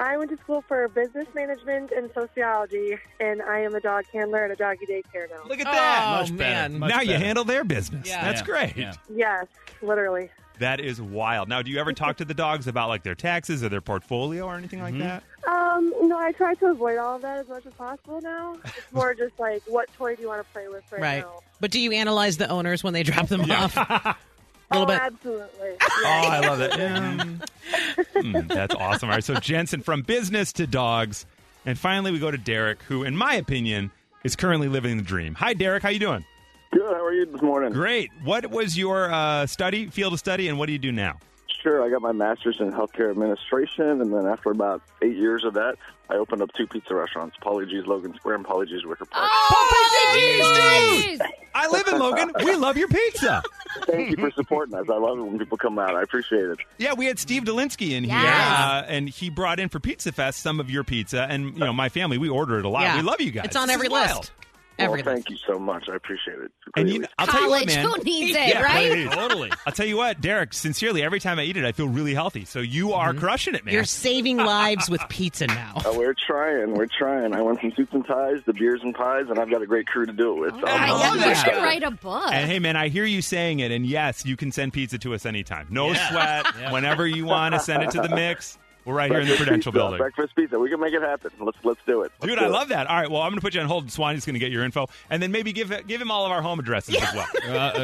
[SPEAKER 7] I went to school for business management and sociology, and I am a dog handler at a doggy daycare now.
[SPEAKER 1] Look at
[SPEAKER 2] Oh,
[SPEAKER 1] that.
[SPEAKER 3] Much better.
[SPEAKER 2] man.
[SPEAKER 3] Much
[SPEAKER 1] now you
[SPEAKER 3] better.
[SPEAKER 1] handle their business.
[SPEAKER 2] Yeah.
[SPEAKER 1] That's
[SPEAKER 3] Yeah.
[SPEAKER 1] great.
[SPEAKER 3] Yeah.
[SPEAKER 7] Yes, literally.
[SPEAKER 1] That is wild. Now, do you ever talk to the dogs about like their taxes or their portfolio or anything
[SPEAKER 3] Mm-hmm.
[SPEAKER 1] like that?
[SPEAKER 7] Um, no, I try to avoid all of that as much as possible now. It's more just like, what toy do you want to play with right,
[SPEAKER 2] Right.
[SPEAKER 7] now?
[SPEAKER 2] But do you analyze the owners when they drop them off? a little
[SPEAKER 6] Oh,
[SPEAKER 2] bit?
[SPEAKER 7] absolutely.
[SPEAKER 1] Oh, I love that. Mm, that's awesome. All right, so Jensen from business to dogs, and finally we go to Derek, who, in my opinion, is currently living the dream. Hi, Derek. How you doing?
[SPEAKER 8] Good. How are you this morning?
[SPEAKER 1] Great. What was your uh, study field of study, and what do you do now?
[SPEAKER 8] Sure. I got my master's in healthcare administration, and then after about eight years of that, I opened up two pizza restaurants: Polygee's Logan Square and Polygee's Wicker Park.
[SPEAKER 4] Oh,
[SPEAKER 1] Jeez,
[SPEAKER 4] Polygee's!
[SPEAKER 1] I live in Logan. We love your pizza.
[SPEAKER 8] Thank you for supporting us. I love it when people come out. I appreciate it.
[SPEAKER 1] Yeah, we had Steve Dolinsky in here,
[SPEAKER 4] Yes.
[SPEAKER 1] uh, and he brought in for Pizza Fest some of your pizza, and you know my family we order it a lot.
[SPEAKER 2] Yeah.
[SPEAKER 1] We love you guys.
[SPEAKER 2] It's on
[SPEAKER 1] This is
[SPEAKER 2] every
[SPEAKER 1] wild.
[SPEAKER 2] list. Every
[SPEAKER 8] well,
[SPEAKER 2] list.
[SPEAKER 8] thank you so much. I appreciate it.
[SPEAKER 1] And
[SPEAKER 8] Greatly.
[SPEAKER 1] you, I'll tell you what,
[SPEAKER 4] College,
[SPEAKER 1] man.
[SPEAKER 4] who needs it,
[SPEAKER 1] Yeah,
[SPEAKER 4] right?
[SPEAKER 1] please.
[SPEAKER 3] Totally.
[SPEAKER 1] I'll tell you what, Derek, sincerely, every time I eat it, I feel really healthy. So you are
[SPEAKER 3] Mm-hmm.
[SPEAKER 1] crushing it, man.
[SPEAKER 2] You're saving lives with pizza now.
[SPEAKER 8] Uh, we're trying. We're trying. I want some soups and ties, the beers and pies, and I've got a great crew to do it with. So
[SPEAKER 1] I
[SPEAKER 8] I'm-
[SPEAKER 4] I
[SPEAKER 1] love
[SPEAKER 4] guess
[SPEAKER 1] that.
[SPEAKER 4] you should write a book.
[SPEAKER 1] and hey, man, I hear you saying it. And yes, you can send pizza to us anytime. No
[SPEAKER 3] Yeah.
[SPEAKER 1] sweat.
[SPEAKER 3] Yeah.
[SPEAKER 1] Whenever you want to send it to the mix, we're right here in the
[SPEAKER 8] Breakfast
[SPEAKER 1] Prudential
[SPEAKER 8] pizza,
[SPEAKER 1] Building.
[SPEAKER 8] Breakfast pizza. We can make it happen. Let's let's do it. Let's
[SPEAKER 1] Dude,
[SPEAKER 8] do
[SPEAKER 1] I
[SPEAKER 8] it.
[SPEAKER 1] love that. All right, well, I'm going to put you on hold, and Swanee's going to get your info, and then maybe give give him all of our home addresses as well.
[SPEAKER 3] Uh,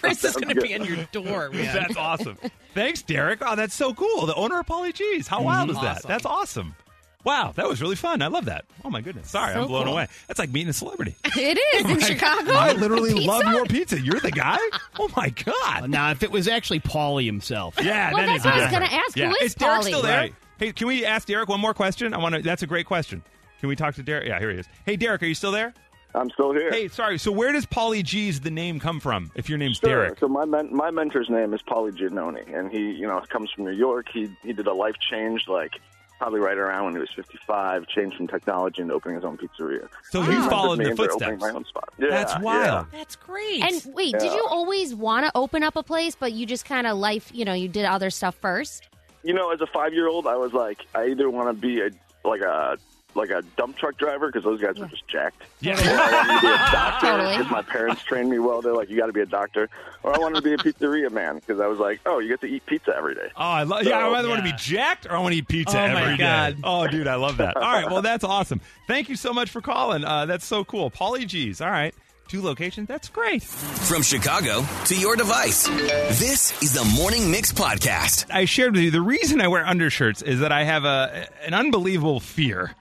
[SPEAKER 2] Chris is going to be on your door, man.
[SPEAKER 1] That's awesome. Thanks, Derek. Oh, that's so cool. The owner of Polly G's. How wild is that?
[SPEAKER 2] Awesome.
[SPEAKER 1] That's awesome. Wow, that was really fun. I love that. Oh my goodness. Sorry,
[SPEAKER 4] So
[SPEAKER 1] I'm blown
[SPEAKER 4] cool.
[SPEAKER 1] away. That's like meeting a celebrity.
[SPEAKER 4] it is in Chicago.
[SPEAKER 1] I literally
[SPEAKER 4] Pizza?
[SPEAKER 1] love your pizza. You're the guy. Oh my god.
[SPEAKER 3] now, if it was actually Paulie himself.
[SPEAKER 1] Yeah,
[SPEAKER 4] Well,
[SPEAKER 1] that
[SPEAKER 4] that's
[SPEAKER 1] is
[SPEAKER 4] what I was
[SPEAKER 1] different.
[SPEAKER 4] gonna ask.
[SPEAKER 1] Yeah.
[SPEAKER 4] Who is
[SPEAKER 1] Derek
[SPEAKER 4] Pauly?
[SPEAKER 1] still there?
[SPEAKER 3] Right.
[SPEAKER 1] Hey, can we ask Derek one more question? I want to. That's a great question. Can we talk to Derek? Yeah, here he is. Hey, Derek, are you still there?
[SPEAKER 8] I'm still here.
[SPEAKER 1] Hey, sorry. So, where does Polly G's the name come from? If your name's
[SPEAKER 8] Sure.
[SPEAKER 1] Derek,
[SPEAKER 8] So my men- my mentor's name is Paulie Giannone, and he you know comes from New York. He he did a life change like probably right around when he was 55. Changed from technology into opening his own pizzeria.
[SPEAKER 1] so
[SPEAKER 8] He
[SPEAKER 1] you
[SPEAKER 8] mentored
[SPEAKER 1] followed
[SPEAKER 8] me
[SPEAKER 1] the
[SPEAKER 8] into Opening
[SPEAKER 1] footsteps.
[SPEAKER 8] my own spot. Yeah,
[SPEAKER 1] That's wild.
[SPEAKER 2] That's great.
[SPEAKER 4] And wait, did you always want to open up a place, but you just kind of life, you know, you did other stuff first?
[SPEAKER 8] yeah. You know, as a five year old, I was like, I either want to be a like a like a dump truck driver because those guys were just jacked.
[SPEAKER 1] Yeah.
[SPEAKER 8] I wanted to be a doctor
[SPEAKER 4] Totally.
[SPEAKER 8] because my parents trained me well. They're like, you got to be a doctor. Or I wanted to be a pizzeria man because I was like, oh, you get to eat pizza every day.
[SPEAKER 1] Oh, I love. Yeah, I either want to
[SPEAKER 3] Yeah.
[SPEAKER 1] be jacked or I want to eat pizza
[SPEAKER 2] Oh, my
[SPEAKER 1] every day.
[SPEAKER 2] God.
[SPEAKER 1] Oh, dude, I love that. All right, well, that's awesome. Thank you so much for calling. Uh, that's so cool. Polly G's. All right, two locations. That's great.
[SPEAKER 5] From Chicago to your device, this is the Morning Mix Podcast.
[SPEAKER 1] I shared with you the reason I wear undershirts is that I have a an unbelievable fear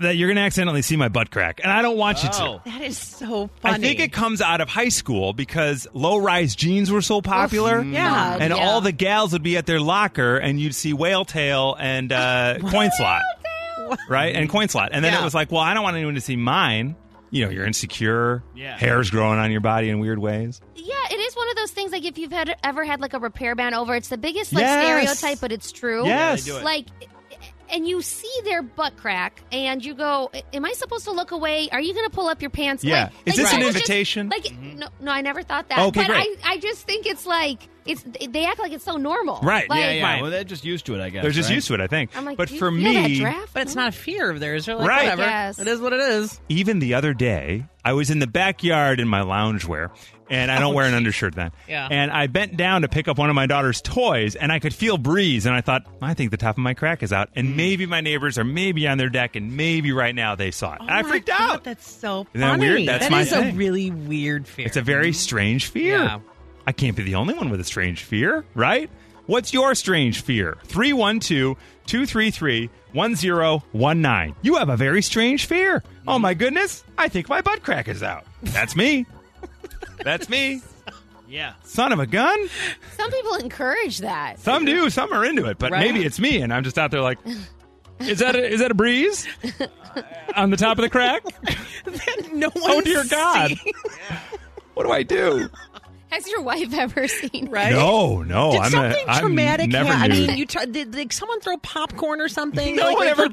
[SPEAKER 1] that you're going to accidentally see my butt crack, and I don't want you to.
[SPEAKER 3] Oh.
[SPEAKER 2] that is so funny.
[SPEAKER 1] I think it comes out of high school because low-rise jeans were so popular.
[SPEAKER 2] yeah.
[SPEAKER 1] And
[SPEAKER 4] Yeah.
[SPEAKER 1] all the gals would be at their locker, and you'd see whale tail and uh, coin slot, right? And coin slot. And then it
[SPEAKER 2] Yeah.
[SPEAKER 1] was like, well, I don't want anyone to see mine. You know, you're insecure.
[SPEAKER 3] Yeah.
[SPEAKER 1] Hair's growing on your body in weird ways.
[SPEAKER 4] Yeah, it is one of those things. Like if you've had ever had like a repair band over, it's the biggest like
[SPEAKER 1] Yes.
[SPEAKER 4] stereotype, but it's true.
[SPEAKER 1] yes.
[SPEAKER 3] do it.
[SPEAKER 4] Like, and you see their butt crack, and you go, "Am I supposed to look away? Are you going to pull up your pants?"
[SPEAKER 1] Yeah.
[SPEAKER 4] Like,
[SPEAKER 1] Is
[SPEAKER 4] like,
[SPEAKER 1] this
[SPEAKER 4] that
[SPEAKER 1] an
[SPEAKER 4] was just-
[SPEAKER 1] invitation?
[SPEAKER 4] like,
[SPEAKER 3] Mm-hmm.
[SPEAKER 4] no, no, I never thought that.
[SPEAKER 1] Okay,
[SPEAKER 4] but
[SPEAKER 1] great.
[SPEAKER 4] I, I just think it's like it's they act like it's so normal.
[SPEAKER 1] Right,
[SPEAKER 4] Like,
[SPEAKER 3] Yeah, yeah.
[SPEAKER 1] Right.
[SPEAKER 3] Well, they're just used to it, I guess.
[SPEAKER 1] They're just
[SPEAKER 3] right?
[SPEAKER 1] used to it, I think.
[SPEAKER 4] I'm like,
[SPEAKER 1] but
[SPEAKER 4] "Do you
[SPEAKER 1] for
[SPEAKER 4] feel that
[SPEAKER 1] me,
[SPEAKER 4] draft?
[SPEAKER 2] But it's not a fear of theirs. They're like,
[SPEAKER 1] Right.
[SPEAKER 2] whatever.
[SPEAKER 4] Yes.
[SPEAKER 2] It is what it is.
[SPEAKER 1] even the other day, I was in the backyard in my loungewear, and I don't wear an undershirt then.
[SPEAKER 2] Yeah.
[SPEAKER 1] And I bent down to pick up one of my daughter's toys, and I could feel breeze, and I thought, I think the top of my crack is out, and maybe my neighbors are maybe on their deck, and maybe right now they saw it. and I
[SPEAKER 2] my
[SPEAKER 1] freaked
[SPEAKER 2] God,
[SPEAKER 1] out.
[SPEAKER 2] That's so funny.
[SPEAKER 1] Isn't that weird? That's
[SPEAKER 2] That
[SPEAKER 1] my
[SPEAKER 2] is
[SPEAKER 1] thing.
[SPEAKER 2] a really weird fear. Mm-hmm.
[SPEAKER 1] It's a very strange fear.
[SPEAKER 2] Yeah.
[SPEAKER 1] I can't be the only one with a strange fear, right? What's your strange fear? 312 233 1019. You have a very strange fear. Oh my goodness, I think my butt crack is out. That's me. That's me.
[SPEAKER 3] Yeah.
[SPEAKER 1] Son of a gun?
[SPEAKER 4] Some people encourage that.
[SPEAKER 1] Some do, some are into it, but
[SPEAKER 2] Right.
[SPEAKER 1] maybe it's me and I'm just out there like, is that a, is that a breeze on the top of the crack?
[SPEAKER 2] no one.
[SPEAKER 1] Oh dear God. What do I do?
[SPEAKER 4] Has your wife ever seen?
[SPEAKER 2] Right?
[SPEAKER 1] No, no.
[SPEAKER 2] Did
[SPEAKER 1] I'm a-
[SPEAKER 2] something
[SPEAKER 1] I'm
[SPEAKER 2] traumatic
[SPEAKER 1] never
[SPEAKER 2] happen? I
[SPEAKER 1] nude.
[SPEAKER 2] mean, you tried. Did, did someone throw popcorn or something?
[SPEAKER 1] No
[SPEAKER 2] like,
[SPEAKER 1] one
[SPEAKER 2] like,
[SPEAKER 1] ever
[SPEAKER 2] like,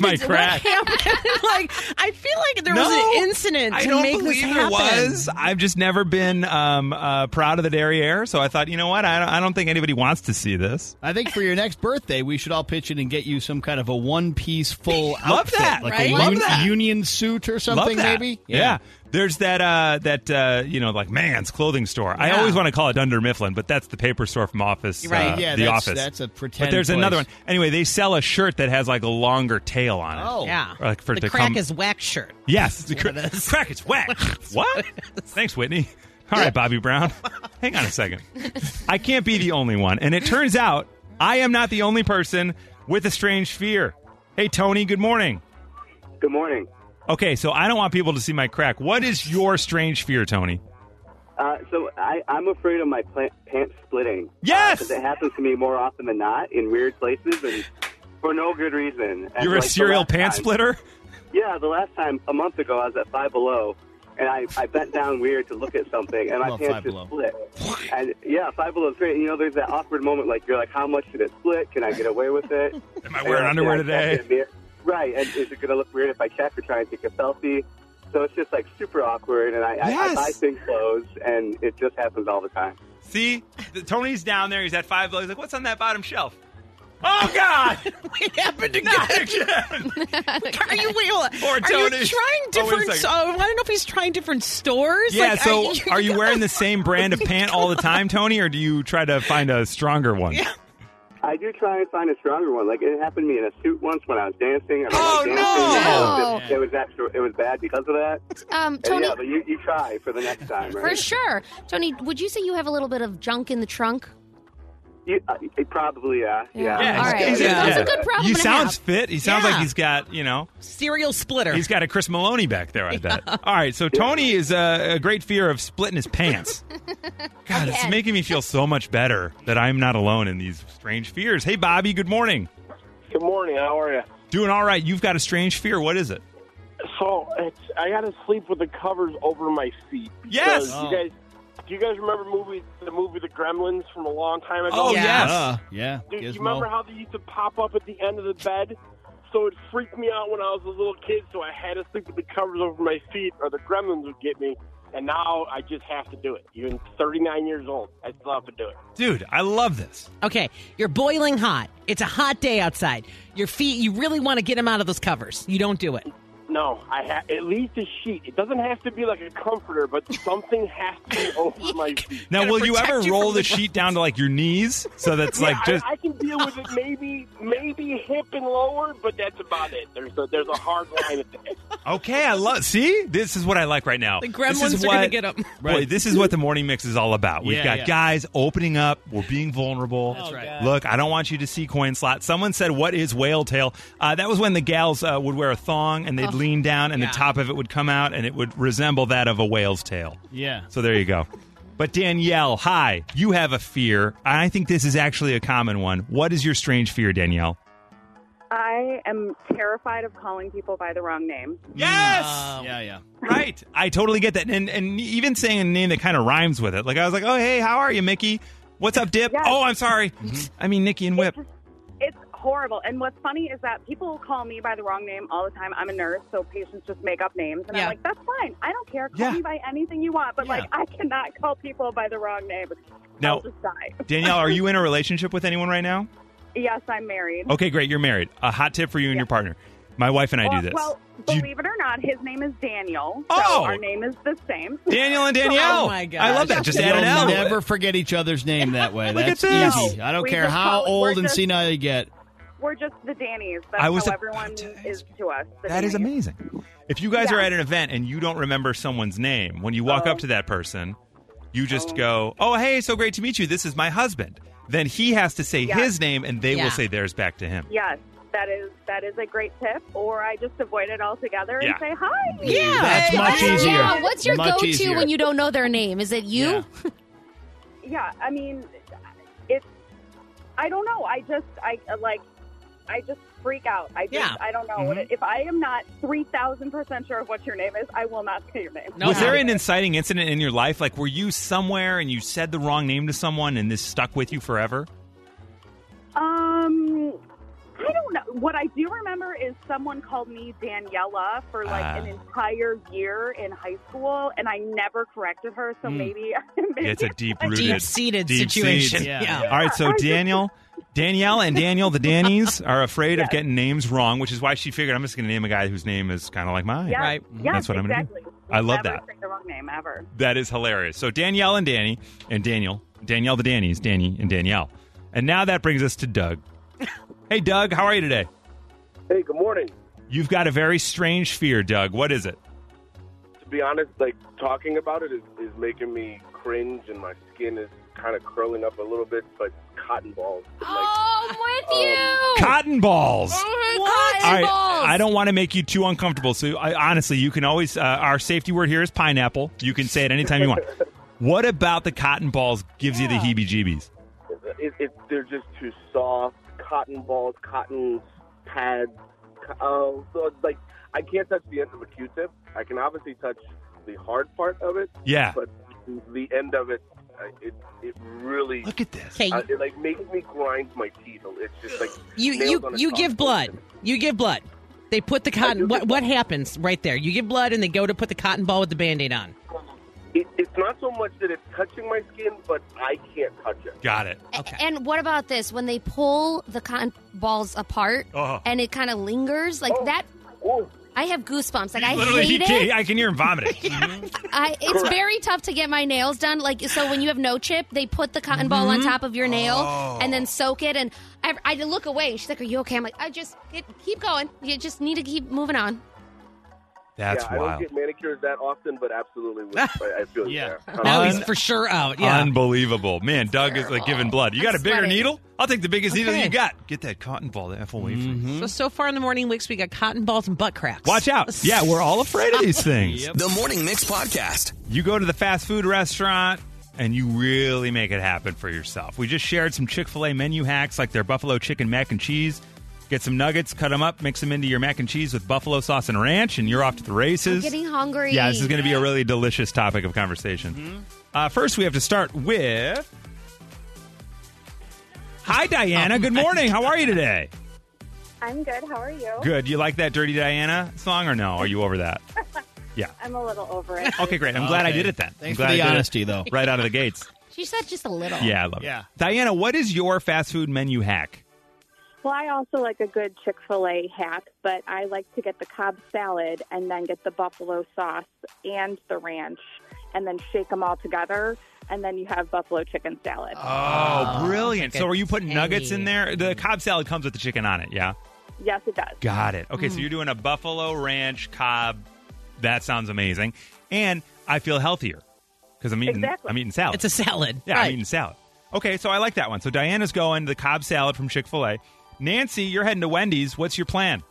[SPEAKER 2] what
[SPEAKER 1] my
[SPEAKER 2] did-
[SPEAKER 1] crack.
[SPEAKER 2] What happened? like, I feel like there was
[SPEAKER 1] No,
[SPEAKER 2] an incident
[SPEAKER 1] I
[SPEAKER 2] to
[SPEAKER 1] don't
[SPEAKER 2] make
[SPEAKER 1] believe
[SPEAKER 2] this
[SPEAKER 1] it
[SPEAKER 2] happen.
[SPEAKER 1] was. I've just never been um, uh, proud of the derriere, so I thought, you know what? I don't, I don't think anybody wants to see this.
[SPEAKER 3] I think for your next birthday, we should all pitch in and get you some kind of a one piece full outfit.
[SPEAKER 1] that,
[SPEAKER 3] like
[SPEAKER 2] right?
[SPEAKER 3] a
[SPEAKER 2] Love
[SPEAKER 3] uni-
[SPEAKER 1] that.
[SPEAKER 3] union suit or something,
[SPEAKER 1] Love that.
[SPEAKER 3] maybe?
[SPEAKER 1] Yeah. There's that uh, that uh, you know like man's clothing store. I
[SPEAKER 2] Yeah.
[SPEAKER 1] always want to call it Dunder Mifflin, but that's the paper store from Office.
[SPEAKER 2] Right.
[SPEAKER 1] uh,
[SPEAKER 3] Yeah,
[SPEAKER 1] the
[SPEAKER 3] that's-
[SPEAKER 1] Office.
[SPEAKER 3] that's a
[SPEAKER 1] But
[SPEAKER 3] pretend
[SPEAKER 1] there's another one.
[SPEAKER 3] place.
[SPEAKER 1] Anyway, they sell a shirt that has like a longer tail on it.
[SPEAKER 3] Oh.
[SPEAKER 2] Yeah.
[SPEAKER 1] Or like for it
[SPEAKER 2] the
[SPEAKER 1] to
[SPEAKER 2] crack
[SPEAKER 1] come-
[SPEAKER 2] is whack shirt.
[SPEAKER 1] Yes, the
[SPEAKER 2] what it
[SPEAKER 1] cra-
[SPEAKER 2] is.
[SPEAKER 1] crack is whack. what? Thanks, Whitney. All right, Bobby Brown. Hang on a second. I can't be the only one. And it turns out I am not the only person with a strange fear. Hey, Tony, good morning.
[SPEAKER 9] Good morning.
[SPEAKER 1] Okay, so I don't want people to see my crack. What is your strange fear, Tony?
[SPEAKER 9] Uh, so I, I'm afraid of my plant, pants splitting.
[SPEAKER 1] Yes!
[SPEAKER 9] Because it happens to me more often than not in weird places and for no good reason. And
[SPEAKER 1] You're a
[SPEAKER 9] like the
[SPEAKER 1] serial
[SPEAKER 9] last
[SPEAKER 1] pant
[SPEAKER 9] time-
[SPEAKER 1] splitter?
[SPEAKER 9] Yeah, the last time, a month ago, I was at Five Below, and I, I bent down weird to look at something, and my
[SPEAKER 3] Love
[SPEAKER 9] pants
[SPEAKER 3] Five
[SPEAKER 9] just
[SPEAKER 3] Below.
[SPEAKER 9] split. And yeah, Five Below is great. You know, there's that awkward moment, like you're like, how much did it split? Can I get away with it?
[SPEAKER 1] Am I wearing
[SPEAKER 9] And
[SPEAKER 1] underwear
[SPEAKER 9] can I
[SPEAKER 1] today?
[SPEAKER 9] check in the- Right, and is it going to look weird if I check or try and take a selfie? So it's just like super awkward, and I,
[SPEAKER 1] Yes.
[SPEAKER 9] I, I buy things clothes, and it just happens all the time.
[SPEAKER 1] See, the, Tony's down there. He's at five. He's like, what's on that bottom shelf? Oh, God!
[SPEAKER 2] It happened again.
[SPEAKER 1] Not again!
[SPEAKER 2] Are you wait,
[SPEAKER 1] Or
[SPEAKER 2] Are you
[SPEAKER 1] Tony.
[SPEAKER 2] trying
[SPEAKER 1] Oh, wait a
[SPEAKER 2] different?
[SPEAKER 1] second.
[SPEAKER 2] uh, I don't know if he's trying different stores.
[SPEAKER 1] Yeah,
[SPEAKER 2] Like,
[SPEAKER 1] so are you wearing the same brand of pant all the time, Tony, or do you try to find a stronger one?
[SPEAKER 2] Yeah.
[SPEAKER 9] I do try and find a stronger one. Like it happened to me in a suit once when I was dancing. I don't
[SPEAKER 1] Oh,
[SPEAKER 9] like dancing.
[SPEAKER 4] no!
[SPEAKER 9] It was- It was actually it was bad because of that.
[SPEAKER 4] Um,
[SPEAKER 9] And
[SPEAKER 4] Tony,
[SPEAKER 9] yeah, but you, you try for the next time, right?
[SPEAKER 4] for sure. Tony, would you say you have a little bit of junk in the trunk?
[SPEAKER 9] You, uh, it probably yeah. Yeah.
[SPEAKER 1] Yeah,
[SPEAKER 4] All right.
[SPEAKER 1] he's-
[SPEAKER 2] Yeah.
[SPEAKER 4] That's a good problem
[SPEAKER 1] He
[SPEAKER 4] to
[SPEAKER 1] sounds
[SPEAKER 4] have.
[SPEAKER 1] fit. He sounds
[SPEAKER 4] Yeah.
[SPEAKER 1] like he's got, you know,
[SPEAKER 2] Serial splitter.
[SPEAKER 1] he's got a Chris Maloney back there, I bet. All right, so Tony is uh, a great fear of splitting his pants. God, it's
[SPEAKER 4] Again.
[SPEAKER 1] making me feel so much better that I'm not alone in these strange fears. Hey, Bobby, good morning.
[SPEAKER 10] Good morning. How are you?
[SPEAKER 1] Doing all right. You've got a strange fear. What is it?
[SPEAKER 10] So it's, I got to sleep with the covers over my feet.
[SPEAKER 1] Yes!
[SPEAKER 10] because
[SPEAKER 3] Oh.
[SPEAKER 10] You guys, do you guys remember movie the movie The Gremlins from a long time ago?
[SPEAKER 1] Oh,
[SPEAKER 2] Yeah. Uh-huh.
[SPEAKER 1] yes.
[SPEAKER 3] Uh, yeah.
[SPEAKER 10] Do you
[SPEAKER 3] Gizmo.
[SPEAKER 10] remember how they used to pop up at the end of the bed? So it freaked me out when I was a little kid. So I had to sleep with the covers over my feet, or the Gremlins would get me. And now I just have to do it. Even 39 years old, I still have to do it.
[SPEAKER 1] Dude, I love this.
[SPEAKER 2] Okay, you're boiling hot. It's a hot day outside. Your feet, you really want to get them out of those covers. You don't do it.
[SPEAKER 10] No, I ha- at least a sheet. It doesn't have to be like a comforter, but something has to be over my feet.
[SPEAKER 1] Now,
[SPEAKER 2] Gotta
[SPEAKER 1] will you
[SPEAKER 2] protect
[SPEAKER 1] ever
[SPEAKER 2] you
[SPEAKER 1] roll
[SPEAKER 2] from
[SPEAKER 1] the
[SPEAKER 2] the
[SPEAKER 1] sheet down to like your knees so that's like
[SPEAKER 10] Yeah,
[SPEAKER 1] just
[SPEAKER 10] I, I can deal with it maybe maybe hip and lower, but that's about it. There's a there's a hard line at the end.
[SPEAKER 1] Okay, I love. See, this is what I like right now.
[SPEAKER 2] The
[SPEAKER 1] This
[SPEAKER 2] gremlins
[SPEAKER 1] is
[SPEAKER 2] are going to
[SPEAKER 1] what-
[SPEAKER 2] get them.
[SPEAKER 1] Boy, this is what the morning mix is all about. We've
[SPEAKER 3] Yeah,
[SPEAKER 1] got
[SPEAKER 3] yeah. Oh,
[SPEAKER 1] guys opening up. We're being vulnerable. That's
[SPEAKER 3] right.
[SPEAKER 1] Look, I don't want you to see coin slot. Someone said, "What is whale tail?" Uh, that was when the gals uh, would wear a thong and
[SPEAKER 2] Oh,
[SPEAKER 1] they'd lean down, and
[SPEAKER 2] yeah.
[SPEAKER 1] the top of it would come out, and it would resemble that of a whale's tail.
[SPEAKER 3] Yeah.
[SPEAKER 1] So there you go. But Danielle, hi. You have a fear. I think this is actually a common one. What is your strange fear, Danielle?
[SPEAKER 7] I am terrified of calling people by the wrong name.
[SPEAKER 1] Yes.
[SPEAKER 3] Uh, Yeah, yeah.
[SPEAKER 1] Right. I totally get that. And and even saying a name that kind of rhymes with it. Like I was like, "Oh, hey, how are you, Mickey? What's up, Dip?
[SPEAKER 7] Yes. Mm-hmm.
[SPEAKER 1] Oh, I'm sorry. I mean, Nikki and Whip."
[SPEAKER 7] It's horrible. And what's funny is that people call me by the wrong name all the time. I'm a nurse, so patients just make up names. And
[SPEAKER 2] Yeah.
[SPEAKER 7] I'm like, that's fine. I don't care. Call
[SPEAKER 1] Yeah.
[SPEAKER 7] me by anything you want. But,
[SPEAKER 3] Yeah.
[SPEAKER 7] like, I cannot call people by the wrong name.
[SPEAKER 1] Now,
[SPEAKER 7] I'll just die.
[SPEAKER 1] Danielle, are you in a relationship with anyone right now?
[SPEAKER 7] Yes, I'm married.
[SPEAKER 1] Okay, great. You're married. A hot tip for you and your partner. My wife and I
[SPEAKER 7] well,
[SPEAKER 1] do this.
[SPEAKER 7] well,
[SPEAKER 1] Do you-
[SPEAKER 7] believe it or not, his name is Daniel.
[SPEAKER 1] Oh!
[SPEAKER 7] So our name is the same.
[SPEAKER 1] Danielle and Danielle.
[SPEAKER 2] Oh, my gosh.
[SPEAKER 1] I love that. Just add
[SPEAKER 3] You'll
[SPEAKER 1] an L.
[SPEAKER 3] never forget each other's name that way.
[SPEAKER 1] Look at
[SPEAKER 3] That's
[SPEAKER 1] this.
[SPEAKER 3] easy. I don't
[SPEAKER 7] We
[SPEAKER 3] care
[SPEAKER 7] just
[SPEAKER 3] how
[SPEAKER 7] call it-
[SPEAKER 3] old
[SPEAKER 7] we're
[SPEAKER 3] and
[SPEAKER 7] just-
[SPEAKER 3] senile you get.
[SPEAKER 7] We're just the Dannies. That's
[SPEAKER 1] I was
[SPEAKER 7] how
[SPEAKER 1] about
[SPEAKER 7] everyone
[SPEAKER 1] to ask
[SPEAKER 7] is to us. the
[SPEAKER 1] That is
[SPEAKER 7] Dannies.
[SPEAKER 1] amazing. If you guys
[SPEAKER 7] Yeah.
[SPEAKER 1] are at an event and you don't remember someone's name, when you walk
[SPEAKER 7] Oh.
[SPEAKER 1] up to that person, you just go, "Oh, hey, so great to meet you. This is my husband." Then he has to say
[SPEAKER 7] Yeah.
[SPEAKER 1] his name, and they
[SPEAKER 2] Yeah.
[SPEAKER 1] will say theirs back to him.
[SPEAKER 7] Yes, that is that is a great tip. Or I just avoid it altogether
[SPEAKER 1] Yeah.
[SPEAKER 7] and say hi.
[SPEAKER 2] Yeah.
[SPEAKER 3] That's much easier.
[SPEAKER 4] Yeah, what's your
[SPEAKER 3] Much
[SPEAKER 4] go to
[SPEAKER 3] easier.
[SPEAKER 4] when you don't know their name? Is it you?
[SPEAKER 3] Yeah.
[SPEAKER 7] Yeah, I mean, it's I don't know. I just I like I just freak out. I just
[SPEAKER 2] Yeah.
[SPEAKER 7] I don't know
[SPEAKER 1] Mm-hmm.
[SPEAKER 7] what it, if I am not three thousand percent sure of what your name is. I will not say your name.
[SPEAKER 2] No.
[SPEAKER 1] was there
[SPEAKER 2] Yeah.
[SPEAKER 1] an inciting incident in your life? Like, were you somewhere and you said the wrong name to someone, and this stuck with you forever?
[SPEAKER 7] Um, I don't know. What I do remember is someone called me Daniela for like
[SPEAKER 1] Ah.
[SPEAKER 7] an entire year in high school, and I never corrected her. So
[SPEAKER 1] Hmm.
[SPEAKER 7] maybe, maybe
[SPEAKER 1] It's a deep-rooted-
[SPEAKER 2] Deep seated
[SPEAKER 1] Deep
[SPEAKER 2] situation.
[SPEAKER 1] seeds.
[SPEAKER 3] Yeah.
[SPEAKER 1] All right, so Daniel, Danielle, and Daniel, the Dannies, are afraid of getting names wrong, which is why she figured I'm just going to name a guy whose name is kind of like mine.
[SPEAKER 7] Yes,
[SPEAKER 2] Right.
[SPEAKER 7] Yes,
[SPEAKER 1] That's what I'm gonna do.
[SPEAKER 7] exactly.
[SPEAKER 1] I love
[SPEAKER 7] Never
[SPEAKER 1] that.
[SPEAKER 7] say the wrong name ever.
[SPEAKER 1] That is hilarious. So Danielle and Danny and Daniel, Danielle the Dannies, Danny and Danielle. And now that brings us to Doug. hey Doug, how are you today?
[SPEAKER 10] Hey, good morning.
[SPEAKER 1] You've got a very strange fear, Doug. What is it?
[SPEAKER 10] To to be honest, like talking about it is, is making me cringe, and my skin is kind of curling up a little bit. But cotton balls.
[SPEAKER 4] oh, I'm with you.
[SPEAKER 1] Cotton balls.
[SPEAKER 4] Mhm,
[SPEAKER 1] All
[SPEAKER 4] Cotton
[SPEAKER 1] right,
[SPEAKER 4] balls.
[SPEAKER 1] I don't want to make you too uncomfortable. So I, honestly, you can always uh, our safety word here is pineapple. You can say it anytime you want. What about the cotton balls gives you the heebie-jeebies?
[SPEAKER 10] It, it, they're just too soft. Cotton balls, cotton pads. co- Uh, so it's like I can't touch the end of a Q-tip. I can obviously touch the hard part of it.
[SPEAKER 1] Yeah.
[SPEAKER 10] But the end of it, I- it it really uh,
[SPEAKER 1] look at this.
[SPEAKER 2] Okay.
[SPEAKER 10] it like makes me grind my teeth. It's just like
[SPEAKER 2] You
[SPEAKER 10] nails
[SPEAKER 2] you
[SPEAKER 10] on a
[SPEAKER 2] you
[SPEAKER 10] chalkboard.
[SPEAKER 2] give blood. You give blood. They put the cotton. What what happens right there? You give blood, and they go to put the cotton ball with the band-aid on.
[SPEAKER 10] It, it's not so much that it's touching my skin, but I can't touch it.
[SPEAKER 1] Got it.
[SPEAKER 4] And what about this? When they pull the cotton balls apart
[SPEAKER 1] Oh.
[SPEAKER 4] and it kind of lingers like that. I have goosebumps. Like I
[SPEAKER 1] Literally, he
[SPEAKER 4] hate it.
[SPEAKER 1] can't- I can hear him vomiting.
[SPEAKER 4] I, it's
[SPEAKER 1] Correct.
[SPEAKER 4] very tough to get my nails done. Like so, when you have no chip, they put the cotton ball on
[SPEAKER 2] Mhm.
[SPEAKER 4] top of your nail
[SPEAKER 1] Mm-hmm. Oh.
[SPEAKER 4] and then soak it. And I, I look away. She's like, "Are you okay?" I'm like, "I just get, keep going. You just need to keep moving on."
[SPEAKER 1] That's
[SPEAKER 10] yeah, I don't
[SPEAKER 1] wild.
[SPEAKER 10] get manicures that often, but absolutely, would- I, I feel yeah.
[SPEAKER 2] Now he's for sure out. Yeah.
[SPEAKER 1] Unbelievable. Man, Doug is like giving blood. You got a
[SPEAKER 2] I'm
[SPEAKER 1] bigger
[SPEAKER 2] sweating.
[SPEAKER 1] needle? I'll take the biggest needle
[SPEAKER 2] Okay. Mm-hmm.
[SPEAKER 1] you got. Get that cotton ball the F away from me.
[SPEAKER 2] So so far in the morning weeks, we got cotton balls and butt cracks.
[SPEAKER 1] Watch out. Yeah, we're all afraid of these things.
[SPEAKER 5] The Morning Mix Podcast.
[SPEAKER 1] You go to the fast food restaurant and you really make it happen for yourself. We just shared some Chick fil A menu hacks like their buffalo chicken mac and cheese. Get some nuggets, cut them up, mix them into your mac and cheese with buffalo sauce and ranch, and you're off to the
[SPEAKER 4] I'm
[SPEAKER 1] races.
[SPEAKER 4] getting hungry. Mm-hmm.
[SPEAKER 1] Yeah, this is going to be a really delicious topic of conversation. Uh, first, we have to start with. Hi, Diana.
[SPEAKER 3] Oh,
[SPEAKER 1] Good morning. How are you today?
[SPEAKER 6] I'm good. How are you?
[SPEAKER 1] Good. You like that Dirty Diana song or no? Are you over that? Yeah.
[SPEAKER 6] I'm a little over it.
[SPEAKER 1] Okay, great. I'm glad I
[SPEAKER 3] Okay.
[SPEAKER 1] did it then. I'm
[SPEAKER 3] Thanks for
[SPEAKER 1] glad
[SPEAKER 3] the
[SPEAKER 1] I did it
[SPEAKER 3] honesty, though.
[SPEAKER 1] Right out of the gates.
[SPEAKER 4] She said just a little.
[SPEAKER 1] Yeah, I love
[SPEAKER 3] Yeah.
[SPEAKER 1] it. Diana, what is your fast food menu hack?
[SPEAKER 6] Well, I also like a good Chick fil A hack, but I like to get the Cobb salad and then get the buffalo sauce and the ranch and then shake them all together. And then you have buffalo chicken salad.
[SPEAKER 1] Oh, brilliant.
[SPEAKER 2] like
[SPEAKER 1] So
[SPEAKER 2] a
[SPEAKER 1] are you putting nuggets in
[SPEAKER 2] tangy-
[SPEAKER 1] there? The Cobb salad comes with the chicken on it, yeah?
[SPEAKER 6] yes, it does.
[SPEAKER 1] Got it. Okay, so you're doing a buffalo ranch cob. That sounds amazing. And I feel healthier because I'm eating
[SPEAKER 6] Exactly.
[SPEAKER 1] I'm eating salad.
[SPEAKER 2] It's a salad.
[SPEAKER 1] yeah, I'm
[SPEAKER 2] right.
[SPEAKER 1] eating salad. Okay, so I like that one. So Diana's going the Cobb salad from Chick-fil-A. Nancy, you're heading to Wendy's. What's your plan?